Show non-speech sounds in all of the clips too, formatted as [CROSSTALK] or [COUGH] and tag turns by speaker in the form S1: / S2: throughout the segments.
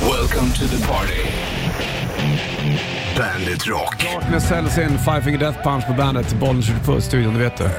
S1: Welcome to the party. Bandit Rock.
S2: Darkness Hells in, Five Finger Death Punch på bandet. Bollen skjuter på studion, du vet det.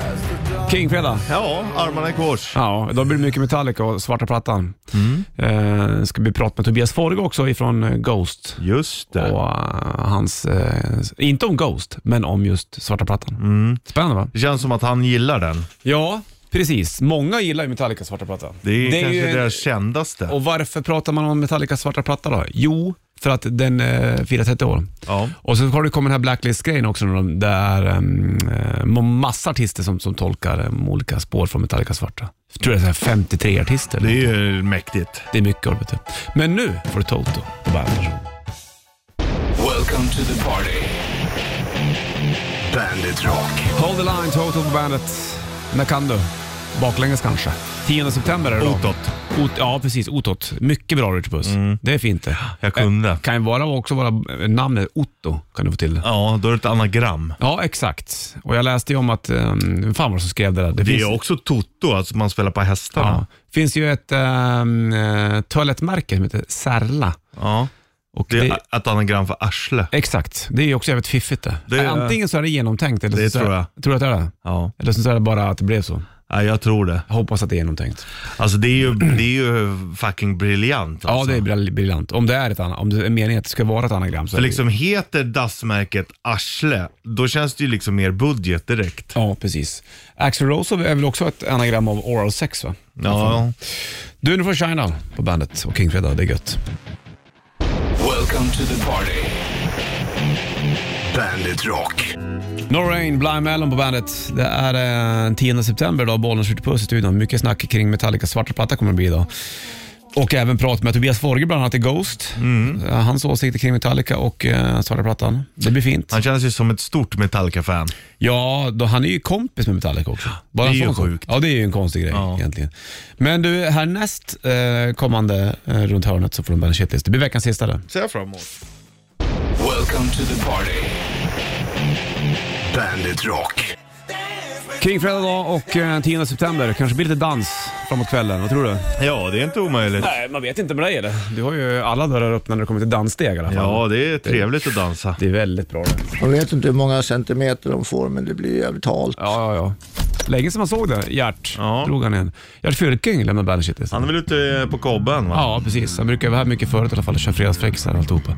S2: Kingfredag.
S3: Ja, armarna i kors.
S2: Ja, då blir det mycket Metallica och Svarta Plattan.
S3: Mm.
S2: Eh, ska bli prata med Tobias Forge också ifrån eh, Ghost.
S3: Just det.
S2: Och eh, hans, eh, inte om Ghost, men om just Svarta Plattan.
S3: Mm.
S2: Spännande va?
S3: Det känns som att han gillar den.
S2: Ja, precis. Många gillar ju Metallica Svarta Plattan.
S3: Det är, kanske
S2: ju-
S3: deras kändaste.
S2: Och varför pratar man om Metallicas svarta platta då? Jo, för att den eh, firar 30 år.
S3: Ja.
S2: Och så har det kommit den här Blacklist-grejen också, när de- där är massa artister som, som tolkar um, olika spår från Metallica svarta. Jag tror det är så här 53 artister.
S3: Det är ju mäktigt.
S2: Det är mycket vet du. Men nu får du Toto på bandet.
S1: Welcome to the party. Bandit Rock.
S2: Hold the line, Toto på bandet. När kan du? Baklänges kanske. 10 september är det då.
S3: Otåt.
S2: Ot, ja, precis. Otot. Mycket bra Richard Puss. Det är fint det.
S3: Jag kunde.
S2: Eh, Kan ju vara också vara eh, namnet Otto, kan du få till det.
S3: Ja, då är det ett anagram.
S2: Ja, exakt. Och jag läste ju om att, um, vem fan var det som skrev det där?
S3: Det
S2: finns,
S3: är också Toto, alltså man spelar på hästarna.
S2: ja, finns ju ett um, eh, toalettmärke som heter Särla.
S3: Ja.
S2: Och
S3: Det
S2: det,
S3: är ett anagram för arsle.
S2: exakt, det är ju också jävligt fiffigt det.
S3: Det är-
S2: Antingen så är det genomtänkt eller
S3: Det
S2: så
S3: tror jag.
S2: Tror du att det är det?
S3: Ja.
S2: Eller så är det bara att det blev så.
S3: ja, jag tror det.
S2: Jag hoppas att det är genomtänkt.
S3: Alltså det är ju, det är ju fucking briljant.
S2: Ja,
S3: Alltså.
S2: det är bril- briljant. Om det är ett annat, om det är meningen att det ska vara ett anagram så
S3: För
S2: är det-
S3: liksom heter dassmärket arsle, då känns det ju liksom mer budget direkt.
S2: Ja, precis. Axl Rose är väl också ett anagram av oral sex va?
S3: Ja.
S2: Du, nu får China på bandet och King Fredag, det är gött.
S1: Welcome to the party. Bandit Rock.
S2: Norrain, Blind Melon på bandet. Det är eh, den 10 september idag, bollen skjuter puss i studion. Mycket snack kring Metallicas svarta platta kommer det bli idag. Och även prat med Tobias Forge bland annat i Ghost. Eh, Hans åsikter kring Metallica och eh, svarta plattan. Det blir fint.
S3: Han känns ju som ett stort Metallica-fan.
S2: Ja, då, han är ju kompis med Metallica också. Bara
S3: Det
S2: en
S3: är ju
S2: sån sak.
S3: sjukt.
S2: Ja, det är ju en konstig grej
S3: Ja.
S2: egentligen. Men du, härnäst eh, kommande eh, runt hörnet så får de en shitlist. Det blir veckans sista där.
S3: Ser jag fram emot.
S1: Welcome to the party. Bandit Rock.
S2: Kingfredag dag och eh, 10 september. Kanske blir lite dans framåt kvällen. Vad tror du?
S3: Ja, det är inte omöjligt.
S2: Nej, man vet inte med dig eller? Du har ju alla dörrar öppna när det kommer till danssteg i alla fall.
S3: Ja, det är trevligt att dansa.
S2: Det är väldigt bra det.
S4: Man vet inte hur många centimeter de får, men det blir jävligt halt.
S2: Ja, ja, ja. Länge sedan man såg det. Gert
S3: Ja.
S2: drog han igen. Gert Fylking lämnar bandet shitlist.
S3: Han är väl ute på kobben va?
S2: Ja, precis. Han brukar vara här mycket förut i alla fall och köra fredagsfräckisar och alltihopa.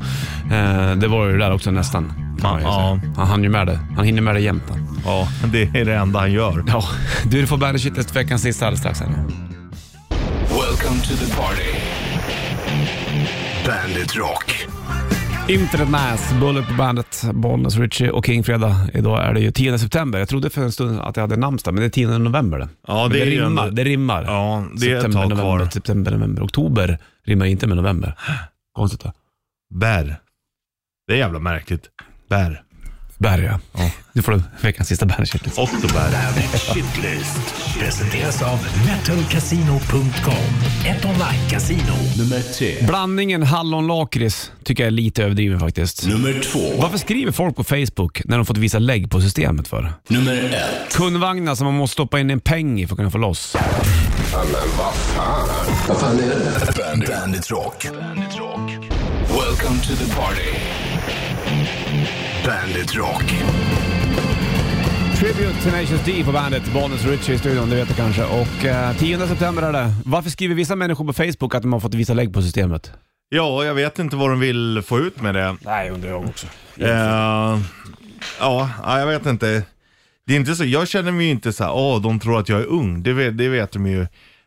S2: Eh, det var ju där också nästan. kan man ju
S3: Ja.
S2: säga. Han hann ju med det. Han hinner med det jämt han.
S3: Ja, det är det enda han gör.
S2: Ja, du du får bandet shitlist veckans sista alldeles strax. Här. nu.
S1: Welcome to the party. Bandit Rock.
S2: Internet Mass, Bullet på bandet, Bollnäs, Richie och King Fredag. Idag är det ju 10 september. Jag trodde för en stund att jag hade namnsdag, men det är 10 november det.
S3: Ja,
S2: Men
S3: det är ju
S2: rimmar.
S3: ändå-
S2: Det rimmar.
S3: Ja, det är ett
S2: september,
S3: tag
S2: november,
S3: kvar.
S2: september, november. Oktober rimmar inte med november. Konstigt va?
S3: Bär. Det är jävla märkligt. Bär.
S2: Bär ja. Nu får du veckans sista bärkärlek.
S3: Ottobär.
S5: Shitlist presenteras av metalcasino.com. Ett online-casino.
S1: Nummer tre.
S2: Blandningen hallon-lakrits tycker jag är lite överdriven faktiskt.
S1: Nummer två.
S2: Varför skriver folk på Facebook när de fått visa lägg på systemet för?
S1: Nummer ett.
S2: Kundvagnar som man måste stoppa in en peng i för att kunna få loss.
S1: Vad fan är det? Bandit, Bandit Rock. Bandit Rock. Welcome to the party. Bandit Rock.
S2: Tribute till Nations D på bandet, Bonus Richie i studion, det vet du kanske. Och eh, 10 september är det. Varför skriver vissa människor på Facebook att de har fått visa lägg på systemet?
S3: Ja, jag vet inte vad de vill få ut med det.
S2: Nej, undrar jag också.
S3: Eh, ja, ja, jag vet inte. Det är inte så, jag känner mig ju inte så här, åh, de tror att jag är ung. Det vet, det vet de ju.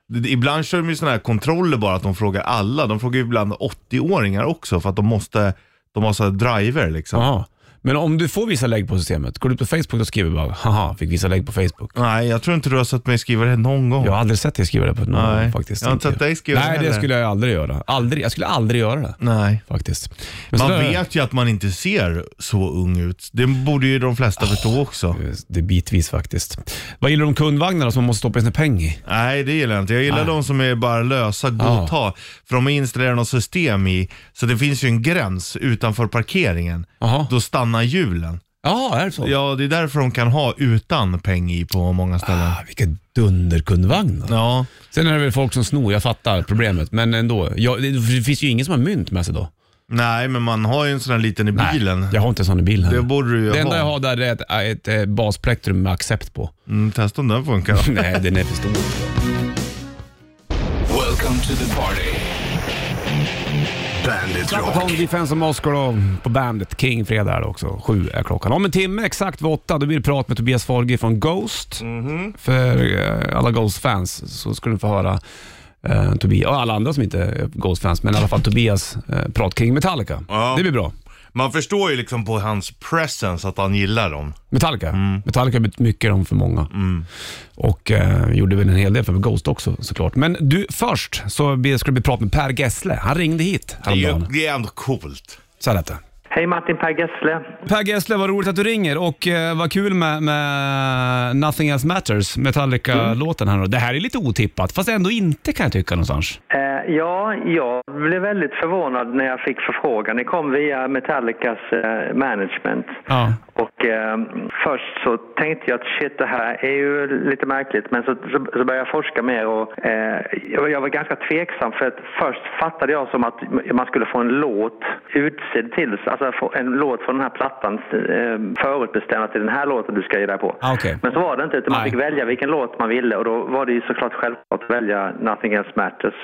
S3: Det- Ibland kör de ju sådana här kontroller bara, att de frågar alla. De frågar ju ibland 80-åringar också, för att de måste, de har så här driver liksom.
S2: Jaha. Men om du får visa lägg på systemet, går du ut på Facebook och skriver bara haha, fick visa lägg på Facebook.
S3: Nej, jag tror inte du har sett mig skriva det någon gång.
S2: Jag har aldrig sett dig skriva det på någon
S3: Nej,
S2: gång faktiskt.
S3: jag har inte
S2: Inte.
S3: sett dig skriva det
S2: Nej, det
S3: heller.
S2: skulle jag aldrig göra. Aldrig, jag skulle aldrig göra det
S3: Nej.
S2: faktiskt. Men
S3: Man
S2: så där-
S3: vet ju att man inte ser så ung ut. Det borde ju de flesta
S2: Ah.
S3: förstå också.
S2: Det är bitvis faktiskt. Vad gillar du om kundvagnarna som man måste stoppa in sina pengar i?
S3: Nej, det gillar jag inte. Jag gillar de som är bara lösa, godta. För de har installerat något system i, så det finns ju en gräns utanför parkeringen.
S2: Jaha.
S3: Då stannar hjulen.
S2: Ja, är det så?
S3: Ja, det är därför de kan ha utan peng i på många ställen.
S2: Ah, vilken dunderkundvagn. då.
S3: Ja,
S2: Sen är det väl folk som snor, jag fattar problemet. Men ändå. Jag, det det finns ju ingen som har mynt med sig då.
S3: Nej, men man har ju en sån här liten i bilen.
S2: Jag har inte en sån i bilen.
S3: Det borde du ju
S2: Det enda
S3: ha.
S2: jag har där är ett, ett, eh, basplektrum med accept på.
S3: Mm, testa om den funkar.
S2: [LAUGHS] Nej, den är för stor.
S1: Welcome to the party. Bandit Rock.
S2: Tom Defense och Moscow då, på bandet. King fredag är det också. Sju är klockan. Om en timme exakt vid åtta, då blir det prat med Tobias Forge från Ghost.
S3: Mhm.
S2: För eh, alla Ghost-fans så skulle du få höra eh, Tobias, och alla andra som inte är Ghost-fans, men i alla fall Tobias eh, prat kring Metallica.
S3: Ja.
S2: Det blir bra.
S3: Man förstår ju liksom på hans presence att han gillar dem.
S2: Metallica.
S6: Mm.
S2: Metallica har betytt mycket om för många. Och eh, gjorde väl en hel del för Ghost också såklart. Men du, först så blir- ska vi prata med Per Gessle. Han ringde hit
S3: Det är, ju,
S2: häromdagen.
S3: det är ändå coolt.
S2: Så här lät det.
S6: Hej Martin Per Gessle.
S2: Per Gessle, vad roligt att du ringer och eh, vad kul med, med Nothing Else Matters, Metallica-låten här. då. Det här är lite otippat, fast ändå inte kan jag tycka någonstans.
S6: Eh, ja, jag blev väldigt förvånad när jag fick förfrågan. Det kom via Metallicas eh, management. [LAUGHS]
S2: Ja.
S6: Och eh, först så tänkte jag att shit, det här är ju lite märkligt. Men så, så, så började jag forska mer och eh, jag, var- jag var ganska tveksam för att först fattade jag som att m- man skulle få en låt utsedd till, alltså få en låt från den här plattan eh, förutbestämd till den här låten du ska ge dig på.
S2: Ah, okej.
S6: Men så var det inte, utan man
S2: Nej.
S6: fick välja vilken låt man ville och då var det ju såklart självklart att välja Nothing Else Matters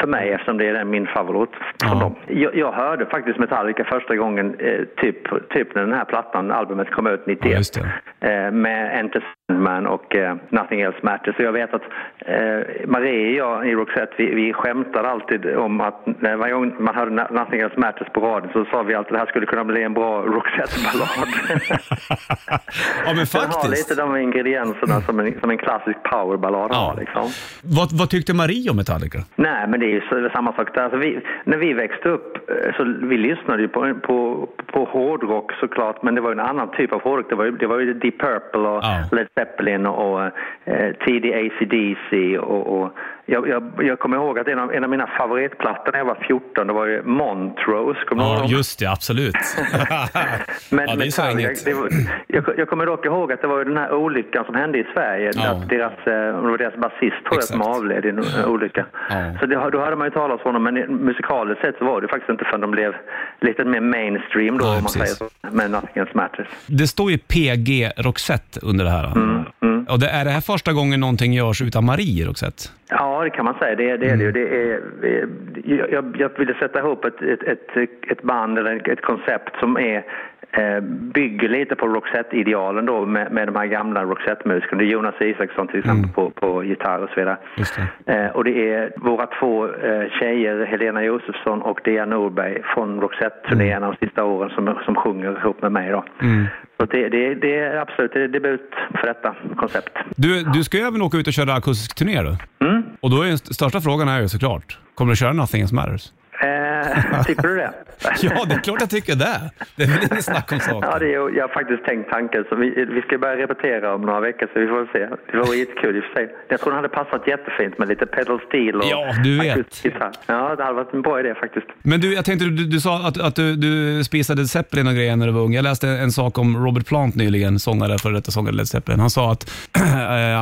S6: för mig eftersom det är den min favorit från
S2: Mm. Ja.
S6: dem. Jag, jag hörde faktiskt Metallica första gången eh, typ, typ när den här plattan, albumet kom ut 91.
S2: Ja, just det.
S6: Eh, med Enter Sandman och eh, Nothing Else Matters. Så jag vet att eh, Marie och jag i Roxette, vi, vi skämtar alltid om att när varje gång man hörde Na- Nothing Else Matters på radion så sa vi alltid att det här skulle kunna bli en bra Roxette-ballad.
S2: [LAUGHS] Ja, men
S6: Den har lite
S2: faktiskt.
S6: de ingredienserna som en, som en klassisk powerballad
S2: Ja.
S6: har liksom.
S2: Vad, vad tyckte Marie om Metallica?
S6: Nej, men det är ju så- samma sak där. Alltså vi, när vi växte upp eh, så vi lyssnade ju på, på, på hårdrock såklart, men det var ju en annan typ av hårdrock. Det var ju, det var ju Deep Purple och
S2: Ja.
S6: Led Zeppelin och eh, tidig AC/DC och, och jag, jag, jag kommer ihåg att en av, en av mina favoritplattor när jag var 14, det var ju Montrose. Kommer du ihåg dem?
S2: just det. Absolut. [LAUGHS]
S6: [LAUGHS] Men
S2: Ja, det är så
S6: Metallica,
S2: inget.
S6: det var, jag, jag kommer dock ihåg att det var ju den här olyckan som hände i Sverige.
S2: Ja.
S6: Att deras, eh, det var deras basist tror jag som
S2: Exakt.
S6: avled i en eh, olycka.
S2: Ja.
S6: Så det, har- då hörde man ju talas om honom, men musikaliskt sett så var det faktiskt inte förrän de blev lite mer mainstream då,
S2: Nej,
S6: om man
S2: precis.
S6: säger så, med Nothing Else Matters.
S2: det står ju PG Roxette under det här. Och det, är det här första gången någonting görs utan Marie i Roxette?
S6: Ja, det kan man säga. Det, det är det
S2: Mm.
S6: ju. Det är, eh, jag, jag ville sätta ihop ett, ett, ett, ett band eller ett, ett koncept som är eh, bygger lite på Roxette-idealen då med, med de här gamla Roxette-musikerna. Det är Jonas Isaksson till exempel på, på gitarr och så vidare.
S2: Mm. Just
S6: Eh, och det är våra två eh, tjejer, Helena Josefsson och Dea Norberg från Roxette-turnéerna
S2: Mm.
S6: de sista åren som, som sjunger ihop med mig då. Så det, det, det är absolut det är debut för detta koncept.
S2: Du, du ska ju även åka ut och köra akustisk turné du. Och då är den st- största frågan är ju såklart, kommer du köra Nothing Else Matters? [LAUGHS]
S6: Eh, tycker du det?
S2: Ja, det är klart jag tycker det. Det är väl inget snack om saken.
S6: Ja, det är, ju- jag har faktiskt tänkt tanken. Så vi, vi ska börja repetera om några veckor, så vi får väl se. Det vore jättekul i och för sig. Jag tror det hade passat jättefint med lite pedal steel och
S2: Ja, du vet.
S6: akustisk gitarr. Ja, det hade varit en bra idé faktiskt.
S2: Men du, jag tänkte, du, du sa att, att du, du spisade Zeppelin och grejer när du var ung. Jag läste en sak om Robert Plant nyligen, sångare, före detta sångare Led Zeppelin. Han sa att, [CLEARS THROAT] eh,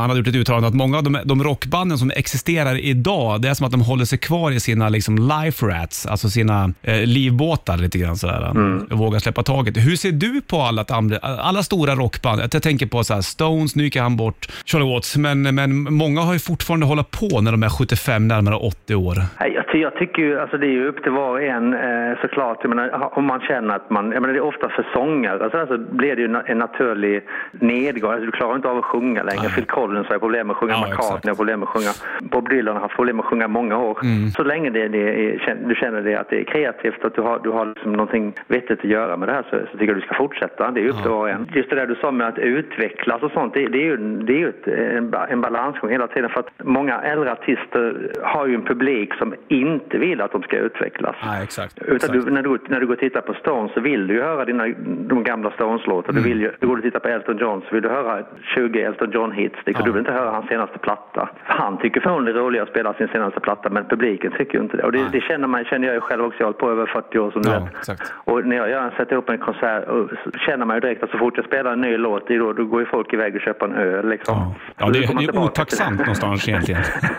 S2: han hade gjort ett uttalande, att många av de, de rockbanden som existerar idag, det är som att de håller sig kvar i sina liksom, life rats, alltså sina eh, livbåtar lite grann sådär.
S6: Mm.
S2: Och vågar släppa taget. Hur ser du på alla, andra- alla stora rockband? Jag tänker på så här, Stones, nu gick han bort, Charlie Watts, men, men många har ju fortfarande hålla på när de är 75, närmare 80 år.
S6: Nej, Jag, ty- jag tycker ju, alltså det är ju upp till var och en eh, såklart. Jag menar, ha- om man känner att man, jag menar det är ofta för sångare, alltså, alltså blir det ju na- en naturlig nedgång. Alltså, du klarar inte av att sjunga längre. Phil Collins har problem med att sjunga,
S2: Ja, exakt.
S6: McCartney har problem med att sjunga, Bob Dylan har haft problem med att sjunga många år. Så länge det, det är, kän- du känner det att det är kreativt, att du har, du har liksom någonting vettigt att göra med det här så, så tycker jag du ska fortsätta. Det är ju upp till var och en. Just det där du sa med att utvecklas och sånt, det, det är ju, det är ju ett, en, ba- en balansgång hela tiden för att många äldre artister har ju en publik som inte vill att de ska utvecklas.
S2: Nej, exakt.
S6: Utan du, när, du, när du går och tittar på Stones så vill du ju höra dina, de gamla Stones-låtar.
S2: Mm.
S6: Du, vill ju, du går och tittar på Elton John så vill du höra 20 Elton John-hits. Liksom. Du vill inte höra hans senaste platta. Han tycker förmodligen det är roligare att spela sin senaste platta men publiken tycker ju inte det. Och det, det känner, man, känner jag ju själv också. Jag har hållit på över 40 år som du
S2: Ja,
S6: vet.
S2: exakt.
S6: Och när jag gör, sätter ihop en konsert och, så känner man ju direkt att så fort jag spelar en ny låt det är då, då går ju folk iväg och köper en öl. Liksom.
S2: Ja, ja
S6: Och
S2: det,
S6: då
S2: är-
S6: kommer
S2: det
S6: man
S2: är
S6: tillbaka till
S2: otacksamt någonstans egentligen.
S6: [LAUGHS]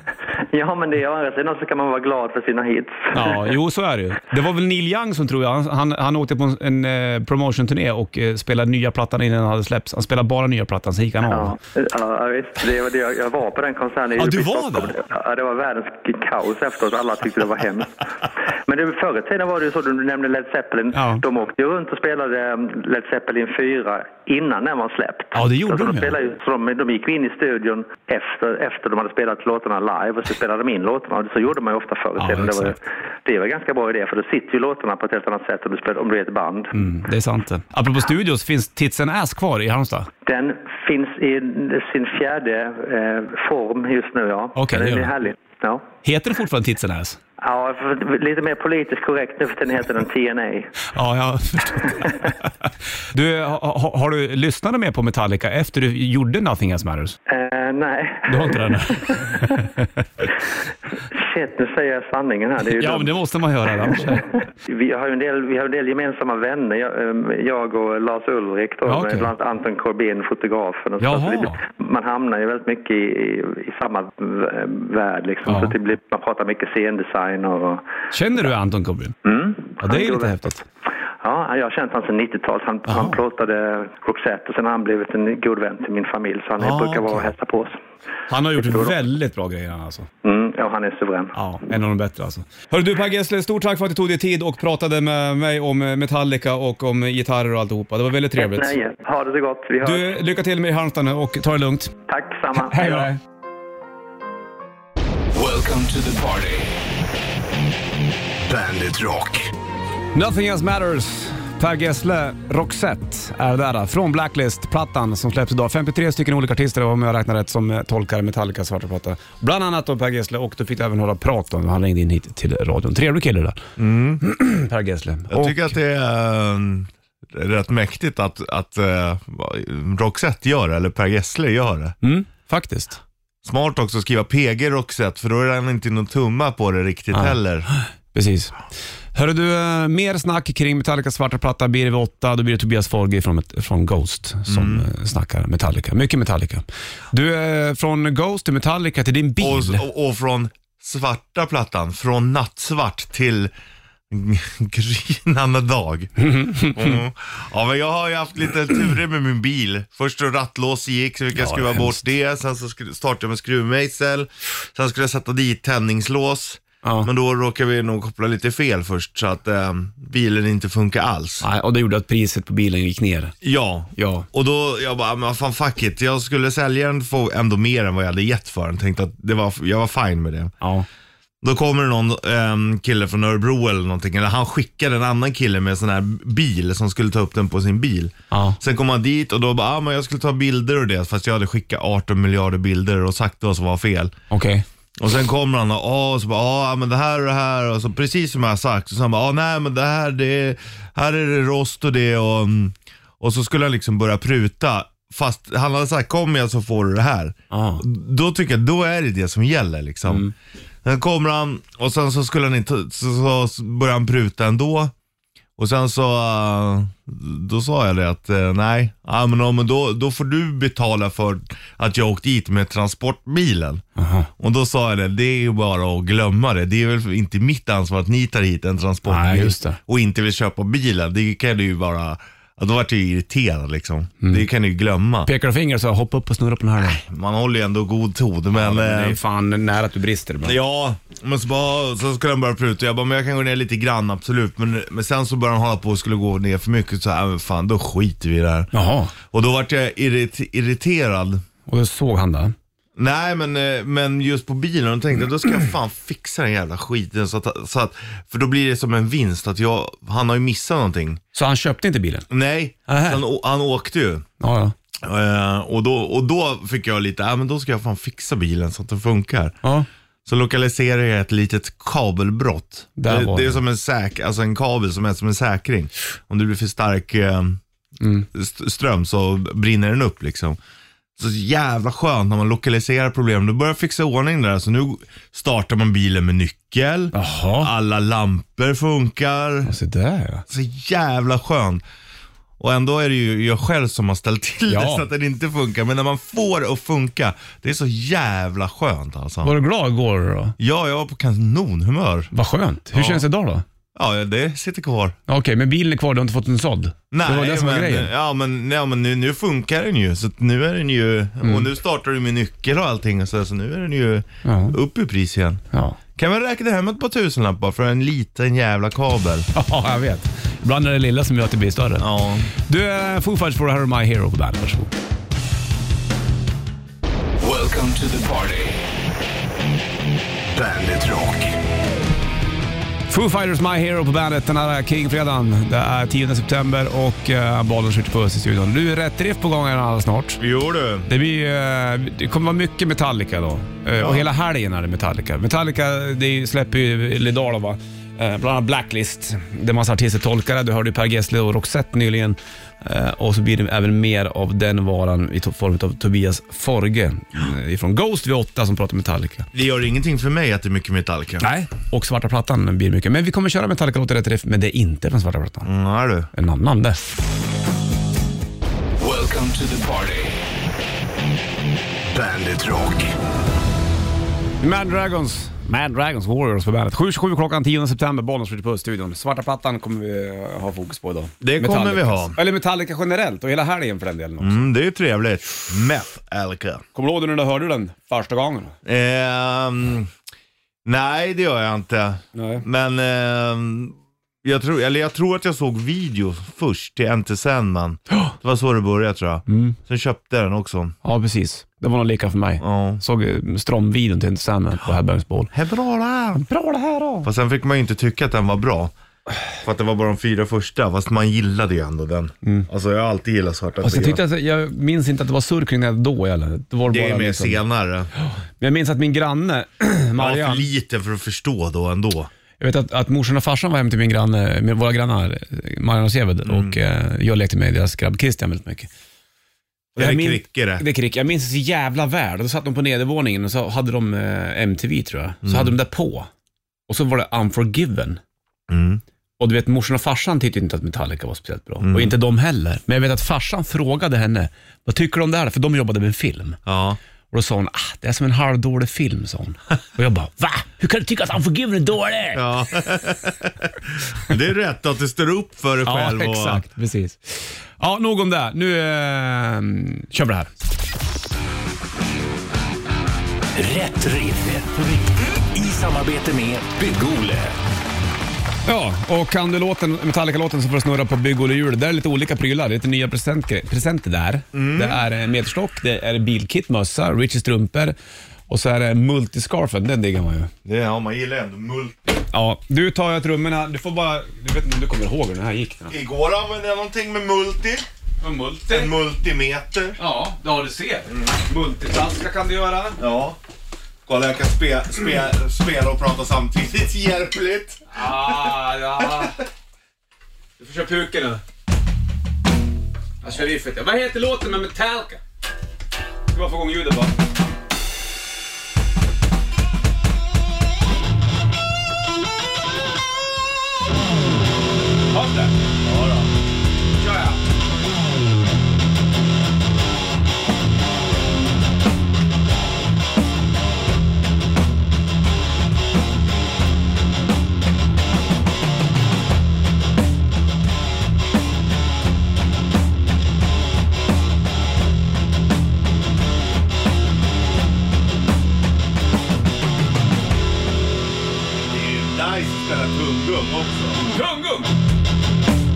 S6: Ja, men det, å andra sidan så kan man vara glad för sina hits.
S2: Ja, jo så är det ju. Det var väl Neil Young som tror jag, han, han, han åkte på en, en eh, promotionturné och eh, spelade nya plattan innan den hade släppts. Han spelade bara nya plattan, så gick han av.
S6: Ja, ja visst. Det var det jag, jag var på den konserten. i-
S2: Ja, du
S6: i
S2: var
S6: Stockholm.
S2: där?
S6: Ja, det var världens kaos efteråt. Alla tyckte det var hemskt. Men det, förr i tiden var det ju så, du nämnde Led Zeppelin.
S2: Ja.
S6: De åkte ju runt och spelade um, Led Zeppelin 4 innan den var släppt.
S2: Ja, det gjorde
S6: alltså,
S2: de ju.
S6: de, spelade ju. Så de, de gick ju in i studion efter, efter de hade spelat låtarna live och så spelade de in låtarna. Och Så gjorde man ju ofta förr i
S2: Ja,
S6: tiden. det, var,
S2: exakt.
S6: det var en ganska bra idé, för då sitter ju låtarna på ett helt annat sätt om du, spelar, om du är ett band.
S2: Mm, det är sant det. Apropå studios, finns Tits and Ass kvar i Halmstad?
S6: Den finns i sin fjärde eh, form just nu, ja.
S2: Okej, det
S6: det
S2: gör
S6: är
S2: den.
S6: härligt. Ja.
S2: Heter det fortfarande Tits and Ass?
S6: Ja, för- lite mer politiskt korrekt nu för den heter den TNA.
S2: Ja, jag förstår. [LAUGHS] du, ha, ha, har du lyssnat mer på Metallica efter du gjorde Nothing Else Matters?
S6: Eh, nej.
S2: Du har inte den?
S6: [LAUGHS]
S2: [LAUGHS]
S6: Shit, nu säger jag sanningen här. Det är ju
S2: ja,
S6: dumt.
S2: men det måste man göra. Annars.
S6: Vi har ju en del, vi har en del gemensamma vänner. Jag, ehm, jag och Lars Ulrik, då,
S2: Ja,
S6: med
S2: okej.
S6: bland annat Anton Corbin, fotografen. Och så.
S2: Jaha.
S6: Så det blir- man hamnar ju väldigt mycket i, i, i samma v- värld. Liksom.
S2: Ja.
S6: Så det blir, man pratar mycket scendesign och... och
S2: Känner du Anton Corbijn?
S6: mm.
S2: Ja, det är ju
S6: Han
S2: lite
S6: gjorde-
S2: häftigt.
S6: Ja, jag har känt honom sedan 90-talet. Han,
S2: Jaha.
S6: han plåtade Roxette och sen har han blivit en god vän till min familj. Så han
S2: Ah,
S6: brukar vara
S2: okej.
S6: och hälsa på oss.
S2: Han har gjort väldigt bra grejer han alltså.
S6: Mm, ja, han är suverän.
S2: Ja, en av de bättre alltså. Hörru du Per Gessle, stort tack för att du tog dig tid och pratade med mig om eh, Metallica och om gitarrer och alltihopa. Det var väldigt trevligt.
S6: Ett nöje. Ha det så gott. Vi hörs.
S2: Du, lycka till med i Halmstad nu och ta det lugnt.
S6: Tack samma. då.
S1: Welcome to the party. Bandit Rock.
S2: Nothing else matters. Per Gessle, Roxette, är det där. eh, Från Blacklist-plattan som släpps idag. 53 stycken olika artister om jag räknar rätt som eh, tolkar Metallicas svarta platta. Bland annat då Per Gessle och du fick även höra prat om Han ringde in hit till radion. Trevlig kille där. [CLEARS THROAT] per Gessle.
S3: Jag
S2: Och-
S3: tycker att det är eh, rätt mäktigt att, att eh, Roxette gör det, eller Per Gessle gör det.
S2: Mm, faktiskt.
S3: Smart också att skriva PG Roxette, för då är han inte någon tumma på det riktigt heller.
S2: Precis. Hörru du, eh, mer snack kring Metallicas svarta platta blir det vid åtta. Då blir det Tobias Forge från, från Ghost som eh, snackar Metallica. Mycket Metallica. Du, eh, från Ghost till Metallica till din bil.
S3: Och, och, och från svarta plattan, från nattsvart till [LAUGHS]
S2: [LAUGHS]
S3: grinande dag. Mm. Ja, men jag har ju haft lite turer med min bil. Först då rattlåset gick så fick jag skruva bort det. Sen så skru- startade jag med skruvmejsel. Sen skulle jag sätta dit tändningslås.
S2: Ja.
S3: Men då råkade vi nog koppla lite fel först så att eh, bilen inte funkar alls.
S2: Nej, och det gjorde att priset på bilen gick ner.
S3: Ja.
S2: Ja.
S3: Och då, jag bara, "Ah, men fan fuck it. Jag skulle sälja den för ändå mer än vad jag hade gett för den. Tänkte att det var, jag var fine med det.
S2: Ja.
S3: Då kommer det någon ehm, kille från Örebro eller någonting. Eller han skickade en annan kille med en sån här bil som skulle ta upp den på sin bil.
S2: Ja.
S3: Sen kom han dit och då bara, ah, men jag skulle ta bilder och det. Fast jag hade skickat 18 miljarder bilder och sagt vad som var fel.
S2: Okej.
S3: Och sen kommer han och, ah, och så bara, ah, men det här och det här. Och så precis som jag har sagt. Och så han bara, ah, nej men det här, det är, här är det rost och det. Och, mm. och så skulle han liksom börja pruta. Fast han hade sagt, kommer jag så får du det här.
S2: Ja.
S3: Då tycker jag, då är det det som gäller liksom.
S2: Mm.
S3: Sen kommer han och sen så skulle han inte, så, så började han pruta ändå. Och sen så, eh, då sa jag det att eh, nej, ja, men, ja, men då, då får du betala för att jag åkte hit med transportbilen.
S2: Aha.
S3: Och då sa jag det, det är ju bara att glömma det. Det är väl inte mitt ansvar att ni tar hit en transportbil
S2: Nej, just det.
S3: och inte vill köpa bilen. Det kan du ju bara, ja, då vart jag ju irriterad liksom.
S2: Mm.
S3: Det kan du ju glömma.
S2: Pekar du finger och så hoppa upp och snurra på den här då.
S3: Man håller ju ändå god ton, men...
S2: Det är
S3: eh,
S2: ju fan nära att du brister ibland.
S3: Ja, men så, bara, så skulle han börja pruta. Jag bara, men jag kan gå ner lite grann absolut. Men, men sen så började han hålla på och skulle gå ner för mycket. Så här, "Äh, men fan då skiter vi i det här.
S2: Jaha,
S3: Och då vart jag irrit- irriterad.
S2: och då såg han det.
S3: Nej men, eh, men just på bilen, och tänkte jag, då ska jag fan fixa den jävla skiten. Så att, så att, för då blir det som en vinst att jag, han har ju missat någonting.
S2: Så han köpte inte bilen?
S3: Nej,
S2: Aha.
S3: han, å- han åkte ju.
S2: Ja, ja.
S3: Eh, och, då, och då fick jag lite, äh, men då ska jag fan fixa bilen så att den funkar.
S2: ja.
S3: Så lokaliserar jag ett litet kabelbrott.
S2: Där
S3: Det,
S2: var
S3: det är
S2: det.
S3: som en, säk, alltså en kabel som är som en säkring. Om det blir för stark eh,
S2: Mm.
S3: st- ström så brinner den upp liksom. Så jävla skönt när man lokaliserar problem. Då börjar jag fixa ordning där. Så nu startar man bilen med nyckel.
S2: Jaha.
S3: Alla lampor funkar.
S2: Så där ja.
S3: Så jävla skönt. Och ändå är det ju jag själv som har ställt till det
S2: Ja.
S3: så att den inte funkar. Men när man får det att funka, det är så jävla skönt alltså.
S2: Var du glad igår då?
S3: Ja, jag var på kanonhumör.
S2: Vad skönt. Hur känns det idag då?
S3: Ja, det sitter kvar.
S2: Ja, Okej, men bilen är kvar, du har inte fått en sådd?
S3: Nej,
S2: det var det som
S3: men,
S2: var grejen.
S3: Ja, men, nej, men nu, nu funkar den ju. Så att nu är den ju,
S2: Mm.
S3: och nu startar du med nyckel och allting. och Så, så nu är den ju
S2: Ja.
S3: upp i pris igen.
S2: Ja. [LAUGHS]
S3: Kan man räkna hem ett par tusenlappar för en liten jävla kabel?
S2: ja, jag vet. Ibland är det lilla som gör att det blir större.
S3: Ja.
S2: Du, eh, Foo Fighters får Her My Hero på bandet. Varsågod.
S1: Welcome to the party. Bandit Rock.
S2: Foo Fighters My Hero på bandet den här King-fredagen. Det är 10 september och uh, bollen skjuter på oss i studion. Du, rätt drift på gång här alldeles snart.
S3: Jo du.
S2: Det, blir, eh, det kommer vara mycket Metallica då. Eh, Och hela helgen är det Metallica. Metallica det är ju- släpper ju Lidala va. Eh, Bland annat Blacklist, där massa artister tolkar det. Du hörde ju Per Gessle och Roxette nyligen. Eh, Och så blir det även mer av den varan i to- form av Tobias Forge eh, ifrån Ghost V8 som pratar Metallica.
S3: Det gör ingenting för mig att det är mycket Metallica.
S2: Nej. Och svarta plattan blir mycket. Men vi kommer köra Metallica-låtar i rätt riff, men det är inte den svarta plattan.
S3: Nej du.
S2: En annan det.
S1: Welcome to the party. Bandit Rock.
S2: Mad Dragons. Mad Dragons Warriors på bandet. 7.27 klockan 10 september, Bollnäs skjuter på studion. Svarta plattan kommer vi eh, ha fokus på idag.
S3: Det kommer vi ha.
S2: Eller Metallica generellt och hela helgen för den delen också.
S3: Mm, det är ju trevligt. Metallica.
S2: Kommer du ihåg när du hörde den första gången?
S3: Ehm, nej, det gör jag inte.
S2: Nej.
S3: Men ehm, jag, tror, eller jag tror att jag såg video först till Enter Sandman. Det var så det började tror jag.
S2: Mm.
S3: Sen köpte jag den också.
S2: Ja, precis. Det var nog lika för mig.
S3: Ja.
S2: Såg eh, Strom-videon till Sandman på Headbangs Ball.
S3: Hej, bra där.
S2: Bra det här då!
S3: Fast sen fick man ju inte tycka att den var bra. För att det var bara de fyra första, fast man gillade ju ändå den. Alltså jag har alltid gillat Svarta
S2: Fast Mm. Alltså, jag,
S3: Pigan.
S2: tyckte att, jag minns inte att det var surr kring det då eller. Det, var
S3: Det är
S2: bara
S3: mer
S2: liksom-
S3: senare.
S2: Men jag minns att min granne, [CLEARS THROAT]
S3: Man
S2: Marianne,
S3: var för lite för att förstå då ändå.
S2: Jag vet att, att morsan och farsan var hem till min granne, med våra grannar, Marian och Seved,
S3: Mm.
S2: och eh, jag lekte med deras grabb Christian väldigt mycket.
S3: Det är
S2: Jag min-
S3: Kricke det.
S2: Det är Kricke. Jag minns det så jävla väl. Då satt de på nedervåningen och så hade de eh, MTV tror jag. Så hade de där på. Och så var det Unforgiven.
S3: Mm.
S2: Och du vet, morsan och farsan tyckte inte att Metallica var speciellt bra. Och inte de heller. Men jag vet att farsan frågade henne, vad tycker du om det här? För de jobbade med en film.
S3: Ja.
S2: Och då sa hon, ah, det är som en halvdålig film, sa hon. Och jag bara, va? Hur kan du tycka att Unforgiven är dålig?
S3: ja. det är rätt att du står upp för dig själv.
S2: [LAUGHS] Ja,
S3: och-
S2: exakt. Precis. Ja, nog om det. Nu eh, kör vi det här.
S5: Rätt riff. I samarbete med Bygg-Ole.
S2: Ja, och kan du låten, Metallica-låten så får du snurra på bygg och hjul. Där är lite olika prylar. Det är lite nya presentgre- presenter där. Det är eh, meterstock, det är bilkit, mössa, Richies strumpor och så är det multiscarfen. Den diggar man ju.
S3: Det, ja, man gillar ändå multi.
S2: Ja, du tar jag trummorna. Du får bara... Du vet inte om du kommer ihåg hur den här gick. Den
S3: Igår använde jag någonting med multi. En multimeter.
S2: Ja, ja du ser. Multitaska kan du göra.
S3: Ja. Kolla, jag kan spe, spe, spela och prata samtidigt. Hjälpligt.
S2: Ah, ja. Du får köra puken nu. Jag kör riffet. ja. Vad heter låten med Metallica? Jag ska bara få igång ljudet bara. Hörs det? Ja då. kör jag.
S3: Det är ju nice att spela tunggung också.
S2: Tunggung!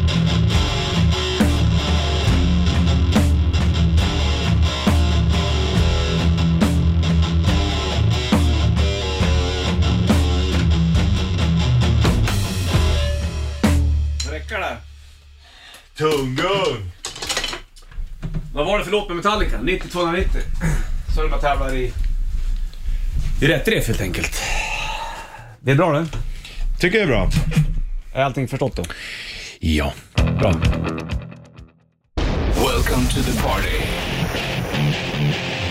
S2: Räcker det?
S3: Tunggung!
S2: Vad var det för låt med Metallica? 90-290? Så är det bara tävlar i... I rätt riff helt enkelt. Det är bra det.
S3: Tycker jag är bra.
S2: Är allting förstått då?
S3: Ja.
S2: Bra.
S1: Welcome to the party.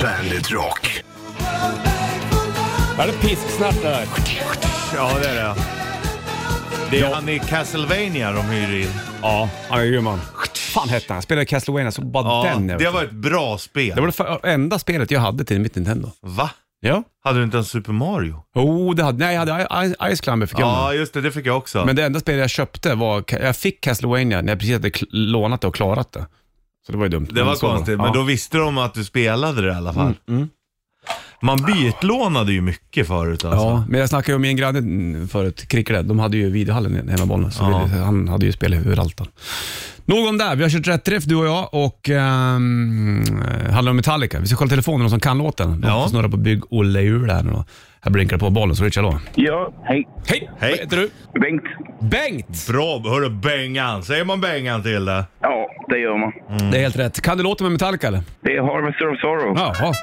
S1: Bandit Rock.
S2: Är det pisksnabbt det där?
S3: Ja, det är det. Det är han i Castlevania de hyr in.
S2: Ja, han är grym han. fan hette han? Spelade Castlevania så bara
S3: Ja,
S2: den. jag
S3: det
S2: vet
S3: var
S2: inte.
S3: ett bra spel.
S2: det var det för, enda spelet jag hade till mitt Nintendo.
S3: Va?
S2: Ja.
S3: Hade du inte ens Super Mario?
S2: Oh, det hade, nej, jag hade I- I- Ice Climber fick jag.
S3: Ja, just det. Det fick jag också.
S2: Men det enda spel jag köpte var, jag fick Castlevania när jag precis hade kl- lånat det och klarat det. Så det var ju dumt.
S3: det var
S2: så
S3: konstigt, men
S2: ja. Mm,
S3: då visste de att du spelade det i alla fall. Man bytlånade ju mycket förut alltså.
S2: Ja, men jag snackade ju med en granne mm, förut, Krickered. De hade ju videohallen hemma i Bollnäs, så
S3: Ja.
S2: vi- han hade ju spel överallt. då. Nog om det, här. vi har kört rätt träff du och jag och ehm, eh, handlar om Metallica. Vi ska kolla telefonen, någon som kan låten.
S3: Ja.
S2: Ja. Snurra på bygg olle ur här nu då. Här blinkar det på bollen, så Richard då.
S7: Ja, hej.
S2: Hej!
S3: Hej.
S2: Vad heter du?
S7: Bengt.
S2: Bengt!
S3: Bra, hörru Bengan. Säger man Bengan till det?
S7: Ja, det gör man.
S3: Mm.
S2: Det är helt rätt. Kan du låten med Metallica eller?
S7: Det är Harvester of Sorrow.
S2: Jaha.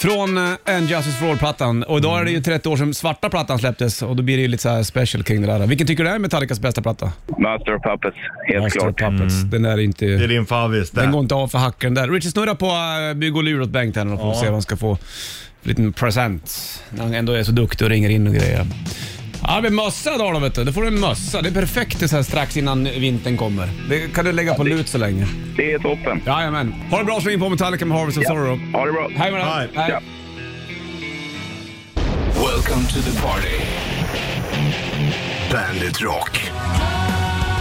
S2: Från eh, And Justice for All-plattan. Och idag är det ju
S3: Mm.
S2: 30 år sedan svarta plattan släpptes och då blir det ju lite så här special kring det där. Vilken tycker du är Metallicas bästa platta?
S7: Master of Puppets, helt
S2: Master of
S7: klart.
S2: Puppets. Den är inte...
S3: Det är din favvis där.
S2: Den går inte av för hacken där. Richard snurra på eh, bygg och lur åt Bengt här nu då får vi se om han ska få en liten present. När han ändå är så duktig och ringer in och grejer. Ja, det blir mössa idag då vet du. Då får du en mössa. Det är perfekt det är så här strax innan vintern kommer. Det kan du lägga på lut så länge.
S7: Det är toppen.
S2: Jajamän. Ha det bra, släng på Metallica med Harvest of Sorrow.
S7: Ha det bra.
S2: Hej med
S3: Hej.
S2: dig.
S7: Ja.
S1: Welcome to the party. Bandit Rock.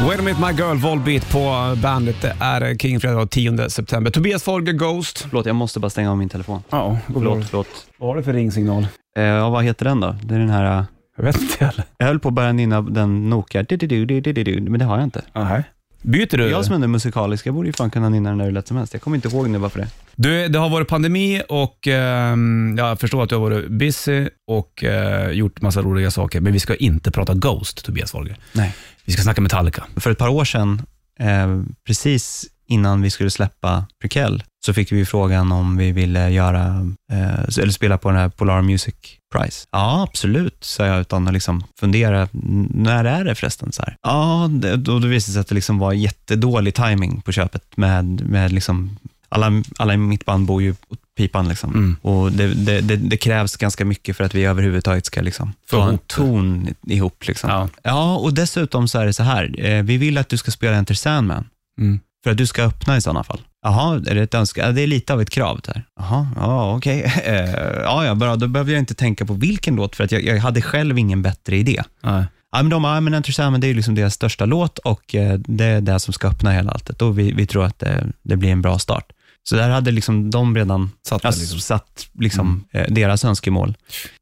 S2: Wait a minute my girl, Volbeat på äh, bandet. Det är King Fredag 10 september. Tobias Folger, Ghost.
S8: Förlåt, jag måste bara stänga av min telefon.
S2: Ja,
S8: Förlåt, förlåt.
S2: Vad har du för ringsignal?
S8: Eh, ja, vad heter den då? Det är den här... eh,
S2: Jag vet inte heller.
S8: Jag höll på att börja nynna den Nokia, du-du-du-du-du-du, men det har jag inte.
S2: Nej. Byter du?
S8: Jag som är den musikaliska borde ju fan kunna nynna den där hur lätt som helst. Jag kommer inte ihåg nu varför det.
S2: Du, det har varit pandemi och ehm, jag förstår att du har varit busy och eh, gjort massa roliga saker, men vi ska inte prata Ghost, Tobias Folger.
S8: Nej.
S2: Vi ska snacka Metallica.
S8: För ett par år sedan, eh, precis innan vi skulle släppa Prequel, så fick vi frågan om vi ville göra, eh, eller spela på den här Polar Music Prize. Ja, absolut, sa jag utan att liksom fundera. "N- När är det förresten? Så här. Ja, det, då, då visade det sig att det liksom var jättedålig timing på köpet med, med liksom alla, alla i mitt band bor ju åt pipan liksom.
S2: Mm.
S8: och det, det, det, det krävs ganska mycket för att vi överhuvudtaget ska liksom
S2: Få
S8: få en
S2: ihop det.
S8: ton ihop. Liksom.
S2: Ja.
S8: Ja, och dessutom så är det så här. Eh, vi vill att du ska spela Enter Sandman.
S2: Mm.
S8: För att du ska öppna i sådana fall. Jaha, är det ett önske? Ja, det är lite av ett krav där. Jaha, ja okej. [LAUGHS] Eh, ja, ja, bara, då behöver jag inte tänka på vilken låt, för att jag, jag hade själv ingen bättre idé.
S2: Nej.
S8: Ja, men de, ja, men Enter Sandman, det är ju liksom deras största låt och eh, det är det som ska öppna hela alltet. Och vi, vi tror att det, det blir en bra start. Så där hade liksom de redan
S2: Satt det
S8: alltså,
S2: liksom. Mm.
S8: satt liksom, eh, deras önskemål.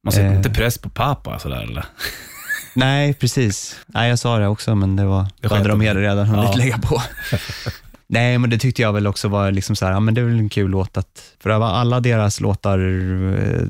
S2: Man sätter
S8: Eh.
S2: inte press på pappa sådär eller?
S8: Nej, precis. Nej, jag sa det också, men det var,
S2: Det
S8: det hade
S2: sket
S8: de
S2: de.
S8: hel redan hunnit
S2: Ja.
S8: lägga på. Nej, men det tyckte jag väl också var liksom så här, ja, men det är väl en kul låt att, för av alla deras låtar eh,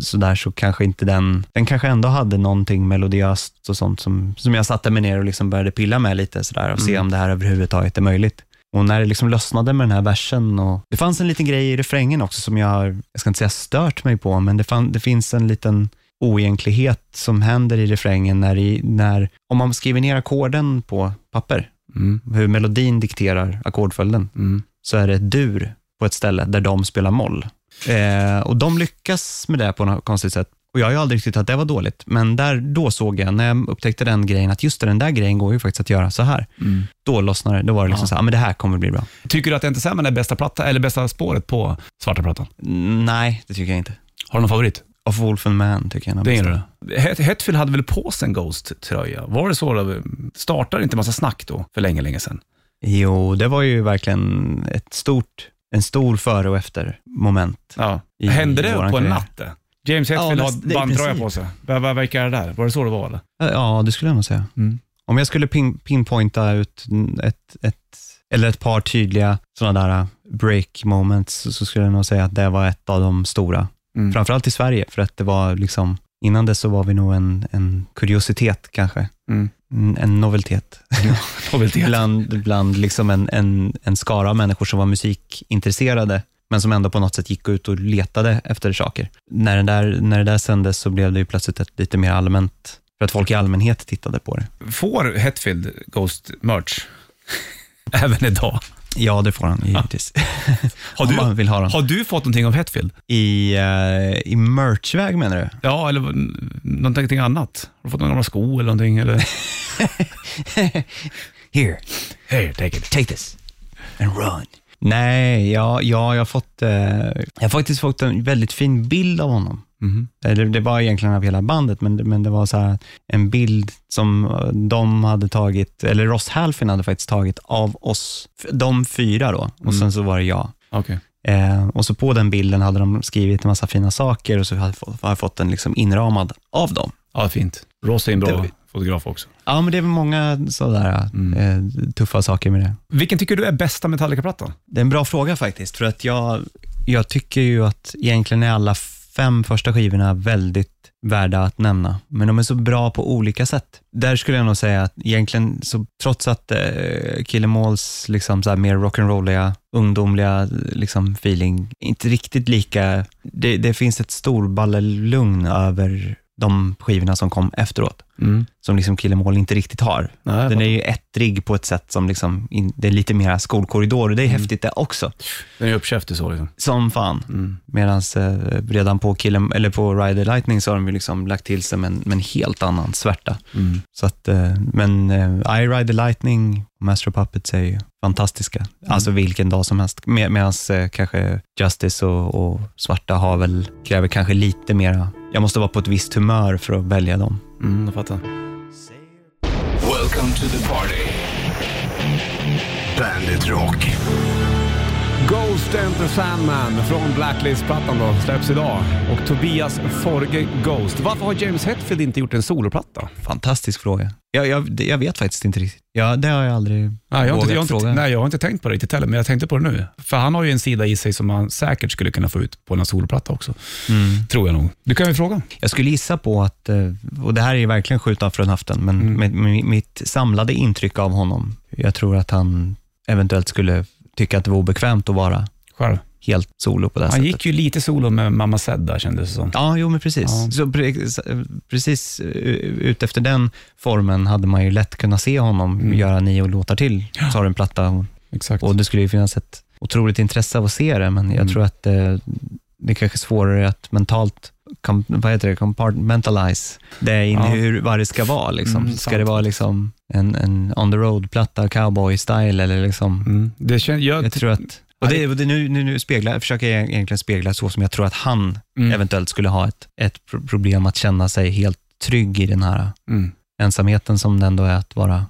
S8: sådär så kanske inte den, den kanske ändå hade någonting melodiöst och sånt som, som jag satte mig ner och liksom började pilla med lite sådär och se om det här överhuvudtaget är möjligt. Och när det liksom lössnade med den här versen och det fanns en liten grej i refrängen också som jag, har- jag ska inte säga stört mig på, men det, fan, det finns en liten oegentlighet som händer i refrängen när, i, när om man skriver ner ackorden på papper,
S2: Mm.
S8: hur melodin dikterar ackordföljden,
S2: Mm.
S8: så är det ett dur på ett ställe där de spelar moll. Eh, och de lyckas med det på något konstigt sätt. Och jag har ju aldrig riktigt att det var dåligt, men där, då såg jag, när jag upptäckte den grejen, att just det, den där grejen går ju faktiskt att göra så här.
S2: Mm.
S8: Då lossnade det. Då var det liksom så här, "Ah, men det här kommer bli bra.
S2: Tycker du att Enter Sandman är bästa, platta, eller bästa spåret på svarta plattan?
S8: Nej, det tycker jag inte.
S2: Har du någon favorit?
S8: Of Wolf and Man tycker jag är den
S2: Det
S8: bästa.
S2: gillar du? Het- Hetfield hade väl på sig en Ghost-tröja? Var det så? Då? Startade inte en massa snack då, för länge, länge sedan?
S8: Jo, det var ju verkligen ett stort, en stor före och efter moment.
S2: Ja.
S8: I
S2: Hände det
S8: våran
S2: på en
S8: karriär.
S2: natt? det? James Hetfield
S8: Ja,
S2: har
S8: näst- det- i
S2: bandtröja
S8: princip.
S2: på sig. Vad vad verkar det där? Var det så det var? Eller?
S8: Ja, det skulle jag nog säga.
S2: Mm.
S8: Om jag skulle pin pinpointa ut ett, ett, eller ett par tydliga sådana där uh, break moments så- så skulle jag nog säga att det var ett av de stora.
S2: Mm.
S8: Framförallt i Sverige, för att det var liksom, innan det så var vi nog en, en kuriositet kanske.
S2: Mm.
S8: En- En noveltet.
S2: Noveltet.
S8: bland, bland liksom en, en, en skara av människor som var musikintresserade, men som ändå på något sätt gick ut och letade efter saker. När, den där, när det där sändes så blev det ju plötsligt ett lite mer allmänt, för att folk i allmänhet tittade på det.
S2: Får Hetfield Ghost-merch? [LAUGHS] Även idag.
S8: Ja, det får han givetvis.
S2: Har
S8: [LAUGHS] Om man
S2: du,
S8: vill ha dem.
S2: har du fått någonting av Hetfield?
S8: I, eh, I merchväg menar du?
S2: Ja, eller mm, någonting annat? Har du fått några gamla [LAUGHS] sko eller någonting? Eller?
S8: [LAUGHS] Here,
S2: Hey, take it.
S8: take this. and run. Nej, ja, ja jag, har fått, eh, jag har faktiskt fått en väldigt fin bild av honom.
S2: Mm-hmm.
S8: Eller det var egentligen av hela bandet, men, men det var så här en bild som eh, de hade tagit, eller Ross Halfin hade faktiskt tagit av oss, f- de fyra då, och
S2: Mm.
S8: sen så var det jag.
S2: Okej.
S8: Eh, och så på den bilden hade de skrivit en massa fina saker och så har jag fått, har jag fått den liksom inramad av dem.
S2: Ja, fint. Ross är en bra
S8: Det-
S2: fotograf också.
S8: Ja, men det är väl många sådär
S2: Mm.
S8: eh, tuffa saker med det.
S2: Vilken tycker du är bästa Metallica-plattan?
S8: Det är en bra fråga faktiskt, för att jag, jag tycker ju att egentligen är alla fem första skivorna väldigt värda att nämna, men de är så bra på olika sätt. Där skulle jag nog säga att egentligen, så, trots att eh, Kill 'Em Alls liksom så här mer rock'n'rolliga, ungdomliga liksom feeling, inte riktigt lika, det, det finns ett storballelugn över de skivorna som kom efteråt,
S2: Mm.
S8: som liksom Kill 'Em All inte riktigt har.
S2: Nej,
S8: Den är ju ettrig på ett sätt som liksom, in, det är lite mera skolkorridor och det är
S2: Mm.
S8: häftigt det också.
S2: Den är uppkäftig så liksom.
S8: Som fan. Medan eh, redan på, killen, eller på Rider Lightning så har de ju liksom lagt till sig med en, med en helt annan svärta.
S2: Mm.
S8: Så att, eh, men eh, I Rider Lightning och Master of Puppets är ju fantastiska.
S2: Mm.
S8: Alltså vilken dag som helst. Med, Medan eh, kanske Justice och, och Svarta har väl, kräver kanske lite mera, jag måste vara på ett visst humör för att välja dem.
S2: Mm, jag fattar.
S1: Welcome to the party. Bandit Rock.
S2: Ghost and the Sandman från Blacklist-plattan då, släpps idag. Och Tobias Forge Ghost. Varför har James Hetfield inte gjort en soloplatta?
S8: Fantastisk fråga. Jag, jag, det- jag vet faktiskt inte riktigt. Ja, det har jag aldrig
S2: Nej jag, har
S8: vågat
S2: inte, jag, har inte,
S8: fråga.
S2: nej, jag har inte tänkt på det riktigt heller, men jag tänkte på det nu. För han har ju en sida i sig som han säkert skulle kunna få ut på en soloplatta också. Tror jag nog. Du kan ju fråga.
S8: Jag skulle gissa på att, eh, och det här är ju verkligen skjuta från höften, men
S2: Mm.
S8: med, med mitt samlade intryck av honom, jag tror att han eventuellt skulle tycka att det var obekvämt att vara
S2: Själv.
S8: helt solo på det här
S2: Han
S8: sättet.
S2: gick ju lite solo med Mamma Zed där kändes det som.
S8: Ja, jo men precis.
S2: Ja.
S8: Så pre- s- precis eh, ut efter den formen hade man ju lätt kunnat se honom
S2: Mm.
S8: göra nio låtar till, så har du en platta och
S2: Exakt.
S8: Och det skulle ju finnas ett otroligt intresse av att se det, men jag tror att eh, det är kanske är svårare att mentalt kom, vad heter det, compartmentalize det in
S2: Ja.
S8: i hur, vad det ska vara. Liksom.
S2: Mm,
S8: ska
S2: sant.
S8: det vara liksom en, en on the road-platta, cowboy-style eller liksom,
S2: Mm. Det kän, jag,
S8: jag tror att och det, och det nu, nu, nu speglar, jag försöker jag egentligen spegla så som jag tror att han
S2: Mm.
S8: eventuellt skulle ha ett, ett pro- problem att känna sig helt trygg i den här
S2: mm.
S8: ensamheten som det ändå är att vara,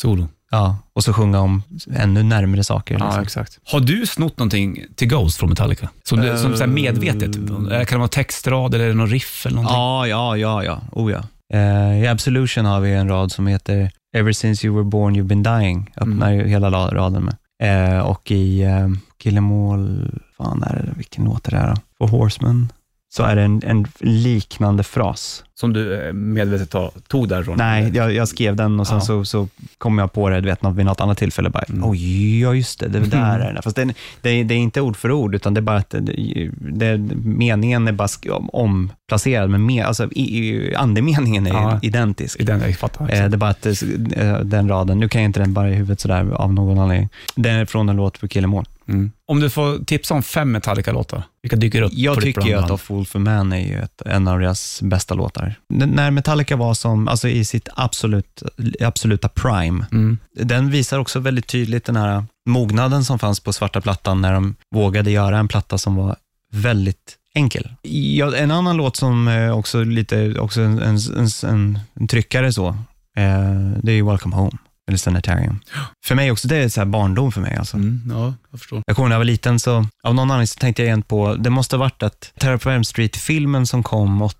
S2: Solo.
S8: ja, och så sjunga om ännu närmre saker. liksom.
S2: exakt. Har du snott någonting till Ghost från Metallica? Som, du, som så här medvetet? eh, Kan det vara textrad eller är det någon riff eller någonting?
S8: Ja, ja, ja, ja. Oh, ja. Eh, I Absolution har vi en rad som heter Ever since you were born you've been dying. Öppnar ju hela la- raden med. Eh, och i eh, Kill 'em all, fan är det, vilken låt är det här då? For Horseman. Så är det en, en liknande fras.
S2: Som du eh, medvetet ta- tog Eh, därifrån?
S8: Nej, jag, jag skrev den och sen
S2: Ja. Mm.
S8: så, så kom jag på det du vet, nå- vid något annat tillfälle. Bara, Oj, ja just det, det var där är den. Fast den, det, är- det är inte ord för ord, utan det är bara att det, det, meningen är bara sk- om- omplacerad, men me, alltså, i, i, andemeningen är
S2: Ja.
S8: identisk.
S2: I den, jag fattar.
S8: Eh, Det är bara att eh, den raden, nu kan jag inte den bara i huvudet sådär av någon anledning. Den är från en låt på Kill 'Em All.
S2: Mm. Om du får tipsa om fem Metallica-låtar, vilka dyker upp? på
S8: Jag
S2: ditt
S8: tycker ju att
S2: brandband?
S8: A Fool for Man är ju ett, en av deras bästa låtar. N- när Metallica var som, alltså i sitt absolut, absoluta prime,
S2: Mm.
S8: den visar också väldigt tydligt den här mognaden som fanns på svarta plattan när de vågade göra en platta som var väldigt enkel. Ja, en annan låt som eh, också lite, också en, en, en, en, en tryckare så, eh, det är ju Welcome Home, eller Sanitarium. För mig också, det är så här barndom för mig alltså.
S2: Mm, ja, jag förstår.
S8: Jag kommer ihåg när jag var liten, så av någon anledning så tänkte jag igen på, det måste ha varit att Terror på Elm Street-filmen som kom 88,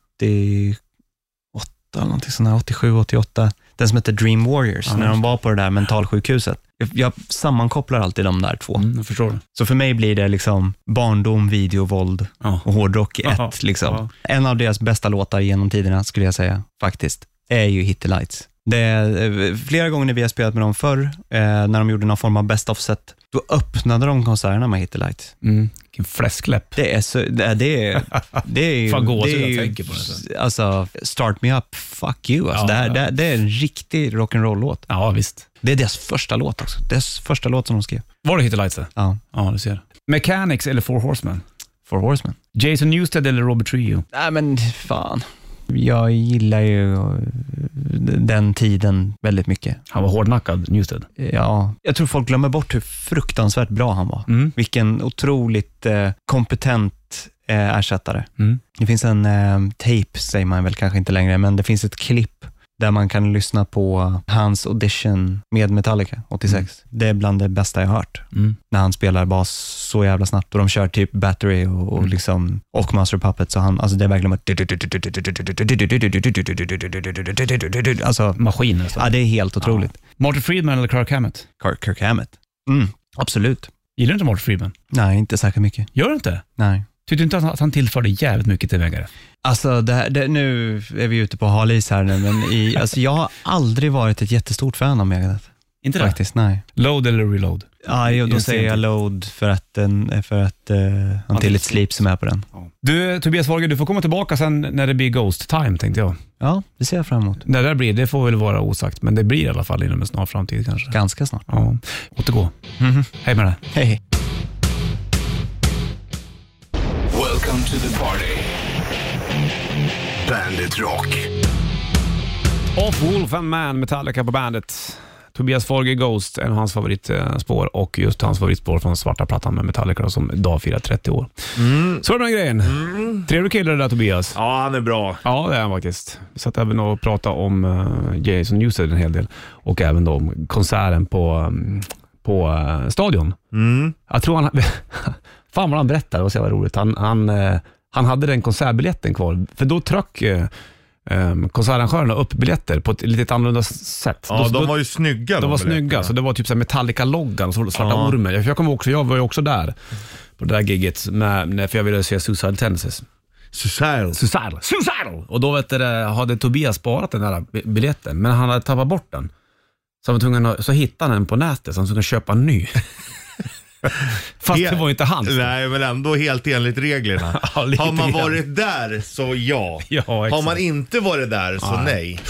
S8: eller någonting sånt där, 87, 88, den som hette Dream Warriors, när de var på det där mentalsjukhuset. Jag- Jag sammankopplar alltid de där två.
S2: Mm, jag förstår.
S8: Så för mig blir det liksom barndom, videovåld
S2: Ja.
S8: och hårdrock i
S2: Jaha,
S8: ett. Liksom.
S2: ja.
S8: En av deras bästa låtar genom tiderna skulle jag säga faktiskt, är ju Hit the Lights. Det är, eh, flera gånger när vi har spelat med dem förr, eh, när de gjorde någon form av best of-set, då öppnade de konserterna med Hit the Lights.
S2: Mm. Vilken fläskläpp.
S8: Det är så, det är, det är, det är ju...
S2: Fan, gåshud
S8: det är
S2: jag
S8: ju-
S2: tänker på det, så.
S8: Alltså, Start Me Up, fuck you. Alltså,
S2: Ja,
S8: det, här,
S2: ja.
S8: Det, det är en riktig rock'n'roll-låt.
S2: Ja, visst.
S8: Det är deras första låt också. Deras första låt som de skrev.
S2: Var det Hit the Lights? det?
S8: Ja,
S2: Ja, du ser. Mechanics eller Four Horsemen?
S8: For Horsemen.
S2: Jason Newsted eller Robert Trio?
S8: Nej men fan. Jag gillar ju eh, den tiden väldigt mycket.
S9: Han var hårdnackad, Newsted.
S8: Ja, jag tror folk glömmer bort hur fruktansvärt bra han var.
S9: Mm.
S8: Vilken otroligt eh, kompetent eh, ersättare.
S9: Mm.
S8: Det finns en eh, tape, säger man väl kanske inte längre, men det finns ett klipp där man kan lyssna på hans audition med Metallica 86. Det är bland det bästa jag har hört.
S9: Mm.
S8: När han spelar bas så jävla snabbt och de kör typ Battery och, och, liksom, och Master of Puppets. Så han, alltså det är verkligen bara... Alltså,
S9: Maskin nästan.
S8: ja, det är helt otroligt.
S9: Martin Friedman eller Kirk Hammett?
S8: Kirk, Kirk Hammett. Mm, absolut.
S9: Gillar du inte Martin Friedman?
S8: Nej, inte särskilt mycket.
S9: Gör du inte?
S8: Nej.
S9: Tyckte inte att han tillförde jävligt mycket till Megadeth?
S8: Alltså, det här, det, nu är vi ute på hal is här nu, men [LAUGHS] i, alltså, jag har aldrig varit ett jättestort fan av Megadeth.
S9: Inte det?
S8: Faktiskt, nej.
S9: Load eller reload?
S8: Ja, jo, då
S9: Jag ser
S8: säger jag
S9: inte.
S8: Load för att, den, för att uh, Until It Sleeps som är på den.
S2: Du, Tobias Wahlgren, du får komma tillbaka sen när det blir Ghost time, tänkte jag.
S8: Ja, det ser jag fram emot.
S2: När det där blir, det får väl vara osagt, men det blir i alla fall inom en snar framtid kanske.
S8: Ganska snart.
S2: Ja, återgå. Mhm. Hej med dig.
S8: Hej.
S1: Welcome to the party. Bandit Rock.
S2: Off Wolf and Man, Metallica på bandet. Tobias Forge Ghost, en av hans favoritspår och just hans favoritspår från svarta plattan med Metallica då, som idag firar 30 år. Så är det med den grejen. Trevlig kille det där Tobias.
S3: Ja, han är bra.
S2: Ja, det är han faktiskt. Vi satt även och pratade om eh, Jason Newsted en hel del och även då om konserten på, mm, på eh, Stadion.
S3: Mm.
S2: Jag tror han... [LAUGHS] Fan vad han berättade, och så var roligt. Han, han, eh, han hade den konsertbiljetten kvar, för då tryck eh, eh, konsertarrangörerna upp biljetter på ett lite annorlunda s- sätt.
S3: Ja,
S2: Då-
S3: de
S2: då-
S3: var ju snygga.
S2: de var
S3: biljetterna.
S2: snygga, så det var typ så här Metallica-loggan och så var det svarta
S3: Ja.
S2: ormen. Jag, jag, kommer också, jag var ju också där på det där gigget, med, när- för jag ville se Suicide Tendencies.
S3: Suicide.
S2: Suicidal, suicidal! Och då vet du, det, hade Tobias sparat den där bi- biljetten, men han hade tappat bort den. Så, han var tvungen att, så hittade han den på nätet, så han var tvungen att köpa en ny. [LAUGHS] Fast det var ju inte hans.
S3: Nej, men ändå helt enligt reglerna.
S2: [LAUGHS] Ja, lite
S3: Har man
S2: grann.
S3: varit där så ja.
S2: Ja,
S3: Har
S2: exakt.
S3: man inte varit där så nej.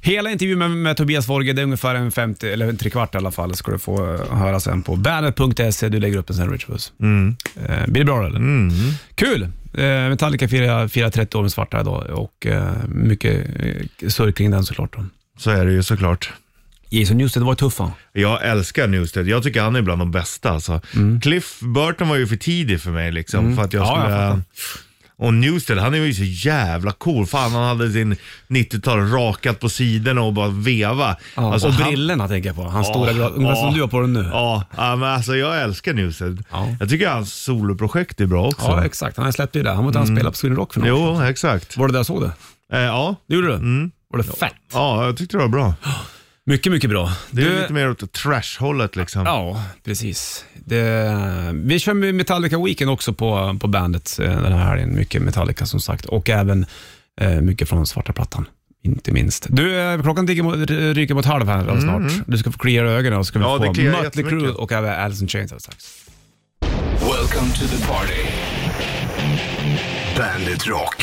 S2: Hela intervjun med, med Tobias Forge, det är ungefär en 50, eller en trekvart i alla fall, ska du få eh, höra sen på bandet.se. E. Du lägger upp den sen, Richbus.
S3: Mm.
S2: Eh, blir det bra eller? Kul! Eh, Metallica firar, firar 30 år med svarta idag och eh, mycket eh, surr kring den såklart. Då.
S3: Så är det ju såklart.
S2: Jason Newsted var tuff va?
S3: Jag älskar Newsted. Jag tycker han är bland de bästa. Alltså. Cliff Burton var ju för tidig för mig liksom. För att jag
S2: Mm. Ja, jag
S3: skulle...
S2: fattar.
S3: och Newsted, han är ju så jävla cool. Fan, han hade sin 90-tal rakat på sidorna och bara veva.
S2: Ja,
S3: Alltså,
S2: och
S3: han-
S2: brillorna tänker jag på. Hans stora
S3: Ja,
S2: glas, ungefär
S3: ja,
S2: som du har på den nu.
S3: Ja, ja, men alltså jag älskar Newsted.
S2: Ja.
S3: Jag tycker hans soloprojekt är bra också.
S2: Ja, exakt. Han släppte ju det. Han var inte han spelade på Sweden Rock för något.
S3: Mm. jo, Mm. exakt.
S2: Var det där jag såg det?
S3: Eh, ja.
S2: Det gjorde du? Var det fett?
S3: ja, jag tyckte det var bra.
S2: Mycket, mycket bra.
S3: Det är
S2: Du-
S3: lite mer åt trash-hållet liksom.
S2: Ja, precis. Det, vi kör med Metallica Weekend också på, på bandet eh, den här helgen. Mycket Metallica som sagt och även eh, mycket från svarta plattan. Inte minst. Du, eh, klockan tickar mot, ryker mot halv här alldeles snart. Du ska få klia dig i ögonen och så ska vi
S3: Mm. Ja, det
S2: få
S3: kliar
S2: Mötley
S3: jättemycket.
S2: Crüe och även Alice in Chains alldeles strax.
S1: Welcome to the party. Bandit Rock.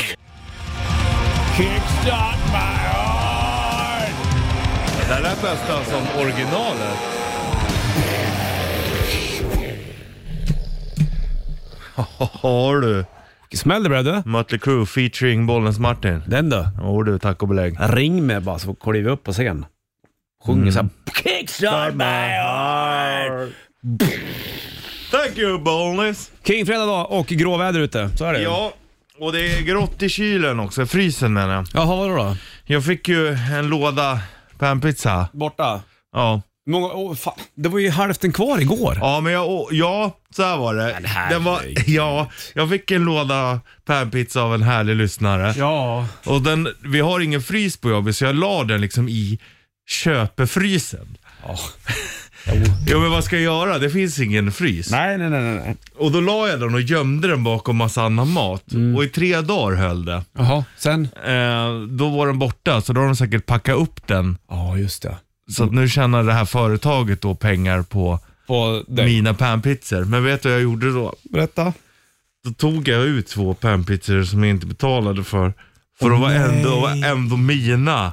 S3: Det här lät nästan som [LAUGHS] originalet. Har du.
S2: Smäll det bröder.
S3: Mötley Crüe featuring Bollens Martin.
S2: Den då.
S3: Jo du, tack och belägg.
S2: Ring mig bara så kliver vi upp på scen. Sjunger mm. såhär. Kickstart my heart.
S3: Thank you Bollens.
S2: Kingfredag dag och gråväder ute. Så är det ju.
S3: Ja, och det är grått i kylen också. Frysen menar jag.
S2: Jaha, vadå då?
S3: Jag fick ju en låda panpizza.
S2: Borta?
S3: Ja.
S2: Många, åh, fan. Det var ju hälften kvar igår.
S3: Ja, men jag, å- ja, så här var det. Den var, [LAUGHS] ja, jag fick en låda panpizza av en härlig lyssnare.
S2: Ja.
S3: Och den, vi har ingen frys på jobbet så jag la den liksom i köpefrysen. [LAUGHS] Jo men vad ska jag göra? Det finns ingen frys.
S2: Nej, nej, nej, nej.
S3: Och då la jag den och gömde den bakom massa annan mat.
S2: Mm.
S3: Och i tre dagar höll det.
S2: Jaha, sen?
S3: Eh, då var den borta så då har de säkert packat upp den.
S2: Ja, just det.
S3: Så att nu tjänar det här företaget då pengar på
S2: På dig.
S3: mina panpizzor. Men vet du vad jag gjorde då?
S2: Berätta.
S3: Då tog jag ut två panpizzor som jag inte betalade för. För de var ändå, de var ändå mina.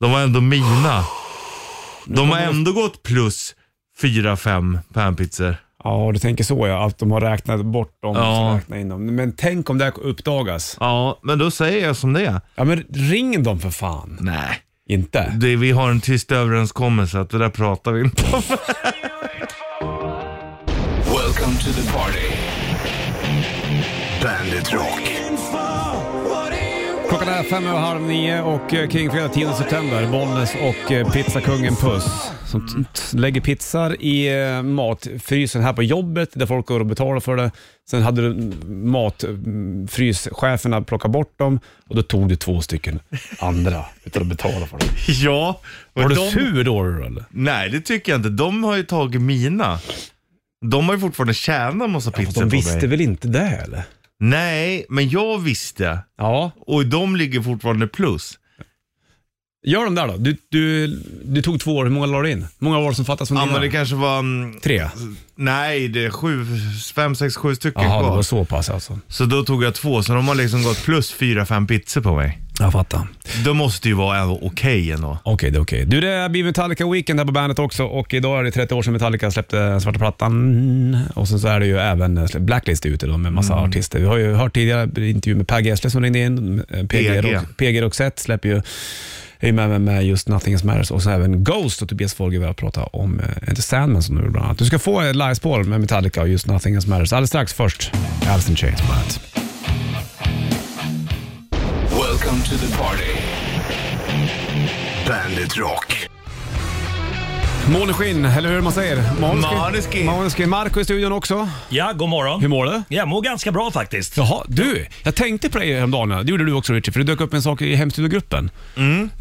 S3: De var ändå mina. De har ändå gått plus 4-5 panpizzor.
S2: Ja, du tänker så ja. Att de har räknat bort dem och
S3: Ja.
S2: så räknat in dem. Men tänk om det här uppdagas.
S3: Ja, men då säger jag som det är.
S2: Ja, men ring dem för fan.
S3: Nej.
S2: Inte.
S3: Det, vi har en tyst överenskommelse att det där pratar vi inte om.
S1: Welcome to the party. Bandit Rock.
S2: Klockan är fem över halv nio och eh, Kingfredag 10 september. Bollnäs och eh, pizzakungen Puss som t- t- lägger pizzar i eh, matfrysen här på jobbet där folk går och betalar för det. Sen hade du matfryscheferna plockat bort dem och då tog du två stycken andra utan att betala för dem.
S3: [LAUGHS] ja. men
S2: Var du
S3: de-
S2: sur då eller?
S3: Nej, det tycker jag inte. De har ju tagit mina. De har ju fortfarande tjänat massa pizzor
S2: De
S3: på
S2: visste
S3: mig.
S2: väl inte det eller?
S3: Nej, men jag visste.
S2: Ja.
S3: Och de ligger fortfarande plus.
S2: Gör de där då. Du, du, du tog två år, hur många la du in? Hur många år som fattas från
S3: Ja,
S2: dina?
S3: men det kanske var... mm,
S2: Tre?
S3: Nej, det är sju, fem, sex, sju stycken
S2: Jaha, det
S3: kvar.
S2: var så pass alltså.
S3: Så då tog jag två, så de har liksom gått plus fyra, fem pizzor på mig.
S2: Jag fattar.
S3: Det måste ju vara okej ändå.
S2: Okej, det är okej. Du, det blir Metallica Weekend här på bandet också och idag är det 30 år sedan Metallica släppte Svarta Plattan. Och sen så är det ju även eh, Blacklist ute då med massa artister. Vi har ju hört tidigare intervju med Per Gessle som ringde in. Eh, PG,
S3: PG.
S2: Rox- PG Roxette släpper ju är ju med, med, med just Nothing Else Matters och så även Ghost och Tobias Folger vi har pratat om, eh, inte Sandman som du gjorde bland annat. Du ska få ett livespår med Metallica och just Nothing Else Matters alldeles strax. Först Alice in Chains på bandet.
S1: Welcome to the party. Bandit Rock.
S2: Måneskinn, eller hur man säger?
S3: Måneskin.
S2: Måneskin. Marco i studion också.
S10: Ja, god morgon.
S2: Hur mår du?
S10: Jag mår ganska bra faktiskt.
S2: Jaha, du. Jag tänkte på dig häromdagen. Det gjorde du också Richard, för det dök upp en sak i hemstudiogruppen.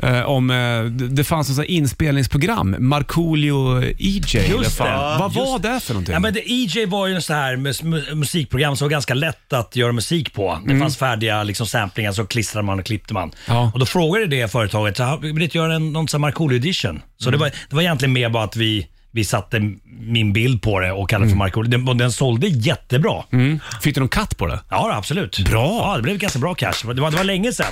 S2: Eh, om, eh, det- det fanns en sån här inspelningsprogram, Markoolio EJ. eller fan.
S10: det.
S2: Vad var
S10: Just-
S2: det för någonting?
S10: Ja, men det, EJ var ju en sån här mus- mu- musikprogram som var ganska lätt att göra musik på. Det fanns färdiga liksom, samplingar så klistrade man och klippte man.
S2: Mm. Ja.
S10: Och då frågade det företaget, så, här, vill ni inte göra en, någon sån här Markoolio-edition? Så
S2: Mm.
S10: det, var, det var egentligen mer bara att vi vi satte min bild på det och kallade det för Markoolio. Den, och den sålde jättebra.
S2: mm. Fick du någon katt på det?
S10: Ja, absolut. Bra. Ja, det blev ganska bra cash. Det var, det var länge sedan.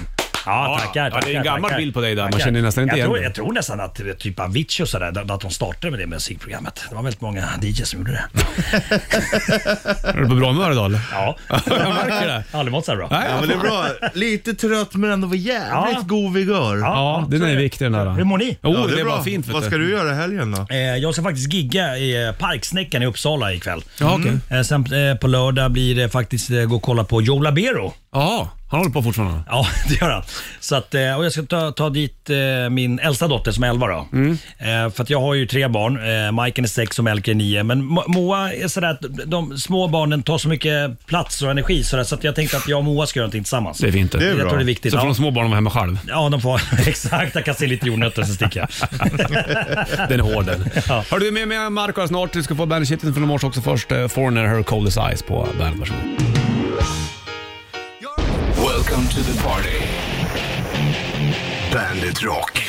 S2: Ja,
S10: Ja, tackar.
S2: ja, det är en
S10: tackar,
S2: gammal
S10: tackar.
S2: bild på dig där. Man
S10: Tackar.
S2: känner nästan inte
S10: jag
S2: igen
S10: tror,
S2: dig.
S10: Jag tror nästan att eh, typ Avicii och sådär, att de startade med det musikprogrammet. Det var väldigt många DJs som gjorde det.
S2: Är du på bra humör idag eller? [LAUGHS]
S10: Ja.
S2: Jag märker det.
S10: Aldrig mått så här bra.
S2: Nej,
S3: Ja, men det är bra. Lite trött men ändå var jävligt
S10: Ja.
S3: god vigör.
S2: Ja, den är viktig den där.
S10: Hur mår ni?
S2: Jo,
S3: Ja,
S2: det, var fint. vet
S3: Vad ska du göra i helgen då?
S10: Eh, Jag ska faktiskt gigga i eh, Parksnäckan i Uppsala ikväll.
S2: Ja, okej.
S10: Eh, Sen eh, på lördag blir det faktiskt eh, gå och kolla på Joe Labero.
S2: Ja, han håller på fortfarande.
S10: Ja, [LAUGHS] det gör han. Så att, eh, och jag ska ta, ta dit eh, min äldsta dotter som är 11 då.
S2: Mm.
S10: Eh, För att jag har ju tre barn. Eh, Majken är sex och Melker är nio. Men Mo- Moa är sådär att de små barnen tar så mycket plats och energi sådär, så att jag tänkte att jag och Moa ska göra någonting tillsammans.
S2: Det är fint
S3: Det är
S10: jag
S3: bra.
S10: tror det är viktigt.
S2: Så får
S10: ja.
S2: de små barnen vara hemma själv.
S10: ja, de får [LAUGHS] exakt. Jag kan se lite jordnötter så
S3: [LAUGHS]
S10: sticker jag.
S2: Den är hård den.
S10: Ja.
S2: Hör du med mig Marco snart. Du ska få bandet från i morse också först. eh, Foreigner, Her Coldest Eyes på bandet. Varsågod.
S1: Welcome to the party. Bandit Rock.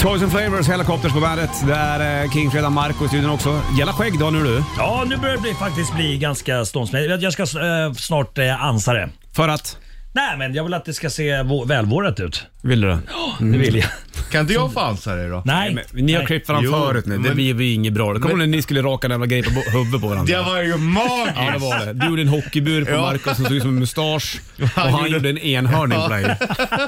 S2: Toys and Flavors, Helicopters på bandet. Det är eh, King Fredag, Marco i studion också. Gälla skägg då nu du.
S10: Ja, nu börjar det bli, faktiskt bli ganska ståndsmässigt. Jag ska eh, snart eh, ansa det.
S2: För att?
S10: Nej, men jag vill att det ska se vå- välvårdat ut.
S2: Vill du det?
S10: Det vill jag.
S3: Kan inte jag få ansa dig då?
S10: Nej.
S2: Mm. Ni har
S10: nej.
S2: klippt varandra
S3: Jo,
S2: förut nu. Det
S3: men-
S2: blir ju inget bra. Det kommer när ni skulle raka en jävla grej på bo- huvudet på varandra.
S3: Det var ju
S2: Ja, det
S3: magiskt!
S2: var det. Du gjorde en hockeybur på Marco som såg ut som en mustasch och han, gjorde en enhörning
S10: [LAUGHS]
S2: på dig.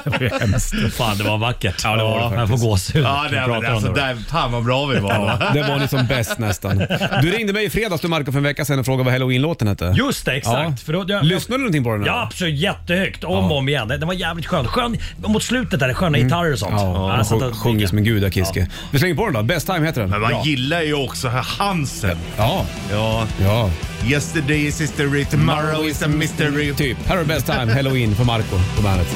S2: Det var ju hemskt.
S10: Fan, det var vackert. Ja,
S2: det var det
S10: Jag får gåshud.
S3: Ja,
S10: Vi
S3: det,
S10: pratar
S3: men
S10: om
S3: alltså,
S10: det.
S3: där, fan vad bra vi var då.
S2: Det var ni som bäst nästan. Du ringde mig i fredags du Marco för en vecka sedan och frågade vad halloween-låten hette.
S10: Just det, exakt.
S2: Ja.
S10: För då, jag,
S2: Lyssnade du någonting på den? eller?
S10: Ja, absolut. Jättehögt. Om och om igen. Den var jävligt skön. skön. Mot slutet där, sköna gitarrer och sånt.
S2: Mm. Ja,
S10: jag
S2: han
S10: satt
S2: sjung-
S10: och-
S2: sjunger som en gud Kiske. Vi slänger på den då. Best time heter den.
S3: Men man
S2: Bra.
S3: gillar ju också Hansen.
S2: Ja.
S3: Ja.
S2: Ja.
S3: Yesterday is history, tomorrow is a mystery.
S2: Typ. Här är Best Time Halloween för Marco på bandet.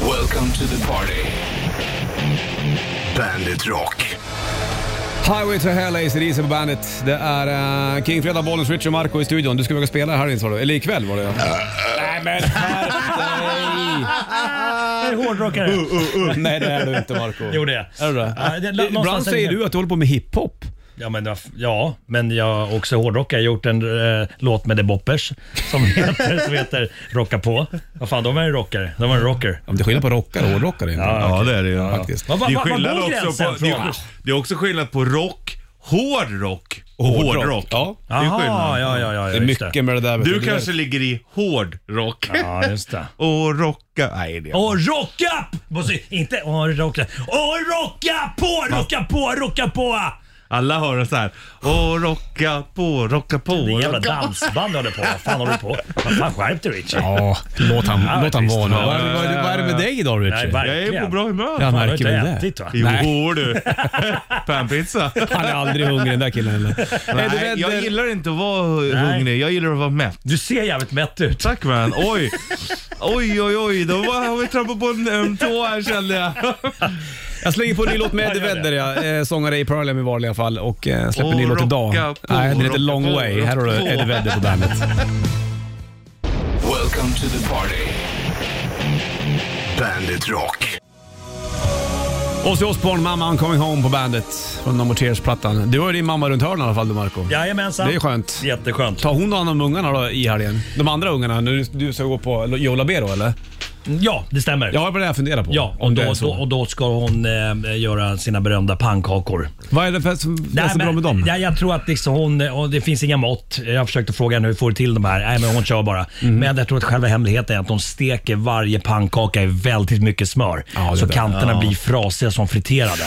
S1: Welcome to the party. Bandit Rock.
S2: Highway to Hell, ACDC på bandet. Det är uh, King Fredag, Bollens Rich och Marco i studion. Du ska väga spela här inne sa du. Eller ikväll var det ja. Nej men
S10: [LAUGHS]
S2: skärp
S10: Jag är hårdrockare.
S2: Uh, dig! Nej det är du inte Marco.
S10: Jo, det är jag.
S2: Är du det?
S10: Ja, det-
S2: Ibland
S10: någonstans-
S2: säger du att du håller på med hiphop.
S10: Ja men, det var- ja, men jag är också hårdrockare. Jag har gjort en eh, låt med The Boppers som [LAUGHS] heter, som heter Rocka på. Vad fan, de är en rockare. De var en rocker.
S2: Ja, men det är skillnad på rockare och hårdrockare. egentligen.
S3: Ja, det är det ju.
S2: Faktiskt.
S10: Vad- vad-
S3: Det är
S10: vad- vad
S3: skillnad
S10: går
S3: också
S10: gränsen
S3: på, det är,
S10: från?
S3: det är också skillnad på rock hårdrock och
S2: Hårdrock,
S3: hårdrock.
S2: ja.
S3: Det är skillnad.
S10: ja, ja, ja,
S2: Det är mycket med det där. vet
S3: Du
S2: Det är-
S3: kanske ligger i hårdrock.
S10: Ja, just det.
S3: [LAUGHS] och rocka. Nej, det är...
S10: Och rocka! Måste- Inte och rocka. Och rocka på, rocka på, rocka på!
S3: Alla har det så här. Och rocka på, rocka på.
S10: Det är jävla
S3: rocka.
S10: dansband du håller på Vad fan håller du på Vad fan skärp dig Richard.
S2: Ja, låt han,
S10: Ja,
S2: låt han
S10: visst.
S2: vara nu.
S10: Ja,
S2: Vad, är- vad, är- vad är det med dig idag
S10: Nej,
S2: Richie?
S3: Jag
S10: verkligen.
S3: är på bra humör.
S2: Jag
S10: Fan, har du
S2: märker
S10: inte
S2: väl det.
S10: ätit va?
S3: Jo
S2: Nej.
S10: [LAUGHS]
S3: du. Panpizza.
S2: Han är aldrig hungrig den där killen
S10: [LAUGHS]
S2: heller. Är du
S3: Nej,
S2: rädd-
S3: jag gillar inte att vara hungrig. Jag gillar att vara mätt.
S10: Du ser jävligt mätt ut.
S3: Tack man.
S10: [LAUGHS]
S3: Oj. Oj, oj, oj. Då var- har vi trampat på en öm tå här kände jag.
S2: Jag slänger på en ny låt med
S10: Ja,
S2: Eddie
S10: gör det.
S2: Vedder, ja. Eh, sångare i Pearl Jam i vanliga fall och eh, släpper en ny
S3: Och
S2: låt idag.
S3: rocka på,
S2: Nej, den heter
S3: rocka
S2: Long
S3: på,
S2: Way.
S3: rocka
S2: Här har du
S3: på.
S2: Eddie Vedder på bandet.
S1: Welcome to the party. Bandit Rock.
S2: Ozzy Osbourne, Mamma I'm coming home på bandet från No Tears-plattan. Du har ju din mamma runt hörnet i alla fall du Marco.
S10: Jajamensan.
S2: Det är skönt.
S10: Jätteskönt.
S2: Tar hon hand om ungarna då i helgen? De andra ungarna? Nu du ska gå på Joe Labero eller?
S10: Ja, det stämmer.
S2: Ja, det var det jag funderade på.
S10: Ja, och
S2: om det är
S10: då, då,
S2: så.
S10: och då ska hon eh, göra sina berömda pannkakor.
S2: Vad är det för, som är så bra med dem?
S10: Ja, jag tror att liksom hon, och det finns inga mått. Jag försökte fråga henne hur får du till de här. Nej, men hon kör bara.
S2: Mhm.
S10: Men jag tror att själva hemligheten är att de steker varje pannkaka i väldigt mycket smör.
S2: Ja, det
S10: så
S2: där.
S10: kanterna blir frasiga som friterade.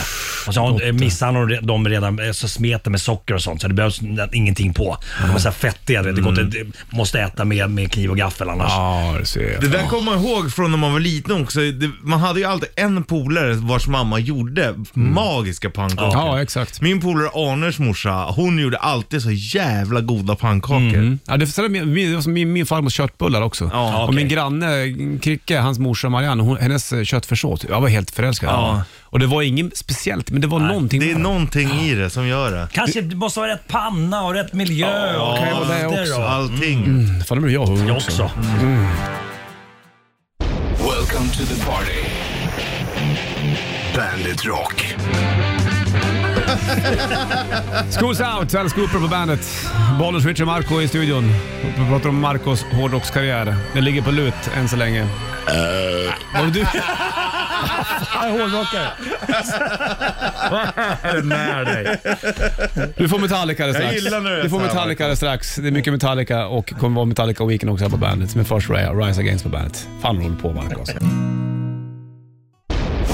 S10: Och så har hon, eh, missar hon re- dem redan, eh, så smeter med socker och sånt så det behövs n- ingenting på. De är så här fettiga. Det går inte, det måste äta med, med kniv och gaffel annars.
S2: Mm. Ja, det ser
S3: Det
S2: jag.
S3: där kommer man ihåg från när man var liten också. Det, man hade ju alltid en polare vars mamma gjorde magiska pannkakor.
S2: Mm. Ja, exakt.
S3: Min polare Arners morsa, hon gjorde alltid så jävla goda pannkakor.
S2: Ja, det, så min, min, det var som min, min farmors köttbullar också.
S3: Ja,
S2: och
S3: okej.
S2: min granne Kricke, hans morsa Marianne, hon, hennes eh, köttfärsås. Jag var helt förälskad. Ja. Och det var inget speciellt, men det var någonting
S3: Det är
S2: med
S3: någonting i det som gör det.
S10: Kanske det måste vara rätt panna och rätt miljö. och
S2: kan ju vara det
S10: kanter
S2: också. Mm.
S10: och-
S3: Allting.
S2: det. Fan, nu blev jag hungrig
S10: Jag också.
S1: Welcome to the party. Bandit Rock.
S2: Schools out, Alice Cooper på bandet. Bollers Richard Marco i studion. Vi pratar om Marcos hårdrockskarriär. Den ligger på lut än så länge. Var det
S3: [LAUGHS]
S2: du?
S10: Jag är
S2: [LAUGHS]
S10: hårdrockare. När dig.
S2: Du får Metallica alldeles strax.
S3: Jag gillar när det är
S2: du får
S3: så här,
S2: Metallica alldeles strax. Det är mycket Metallica och kommer vara Metallica Weekend också här på bandet. Men först Raya, Rise Against på bandet. Fan vad du håller på Marco alltså.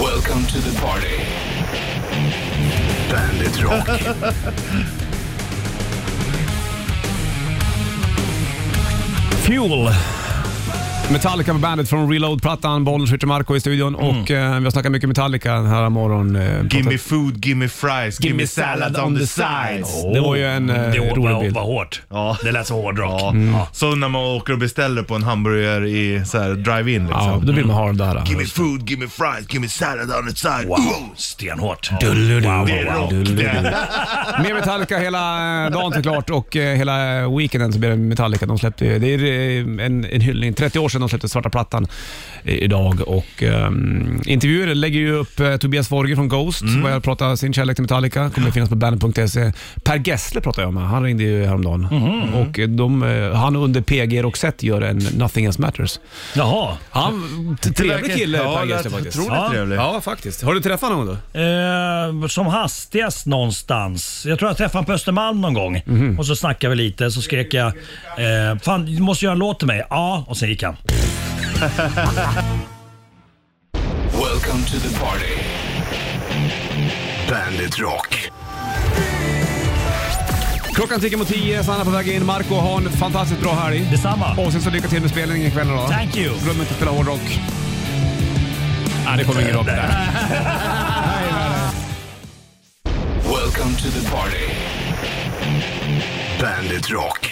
S1: Welcome to the party. Bandit Rock.
S2: Fuel. Metallica på bandet från Reload-plattan, Bollnäs, Richard Marco i studion
S3: Mm.
S2: och eh, vi har snackat mycket Metallica den här morgonen. Eh, pratat-
S3: Gimme food, gimme fries, gimme salad on the sides.
S2: Det var ju en eh,
S10: Det
S2: rolig
S10: var,
S2: bild.
S10: var hårt.
S3: Ja.
S10: Det lät som hårdrock.
S3: Ja. Så när man åker och beställer på en hamburgare i så här drive-in liksom.
S2: Ja, då vill man ha de där.
S3: Gimme food, gimme fries, gimme salad on the side.
S10: Wow, stenhårt.
S3: Det är rock det.
S2: Mer Metallica hela eh, dagen såklart och eh, hela weekenden så blir det Metallica. De släppte, ju- det är eh, en, en hyllning. 30 år sedan de släppte Svarta Plattan i- idag. Och, ehm, intervjuer lägger ju upp eh, Tobias Forge från Ghost,
S3: Mm.
S2: som börjar prata sin kärlek till Metallica. kommer finnas på bandet.se. Per Gessle pratade jag med. Han ringde ju häromdagen.
S3: Mm-hmm.
S2: Och eh, de, eh, han under PG Roxette gör en Nothing Else Matters.
S10: Jaha.
S2: Han, t- trevlig
S3: verkar-
S2: kille
S3: ja,
S2: Per
S3: det
S2: Gessle
S3: är
S2: faktiskt.
S3: otroligt
S2: ja.
S3: trevlig.
S2: Ja, faktiskt. Har du träffat honom då?
S10: Eh, som hastigast någonstans. Jag tror jag träffade honom på Östermalm någon gång.
S2: Mhm.
S10: Och så snackade vi lite, så skrek jag eh, “Fan, du måste göra en låt till mig”. Ja, och sen gick han.
S1: Welcome to the party. Bandit Rock.
S2: Klockan tickar mot tio, Sanna på väg in. Marco, ha en fantastiskt bra helg.
S10: Detsamma.
S2: Och sen så lycka till med spelningen ikväll då.
S10: Thank you.
S2: Glöm inte att spela hårdrock. Nej, det kommer ingen rock där.
S1: Welcome to the party. Bandit Rock.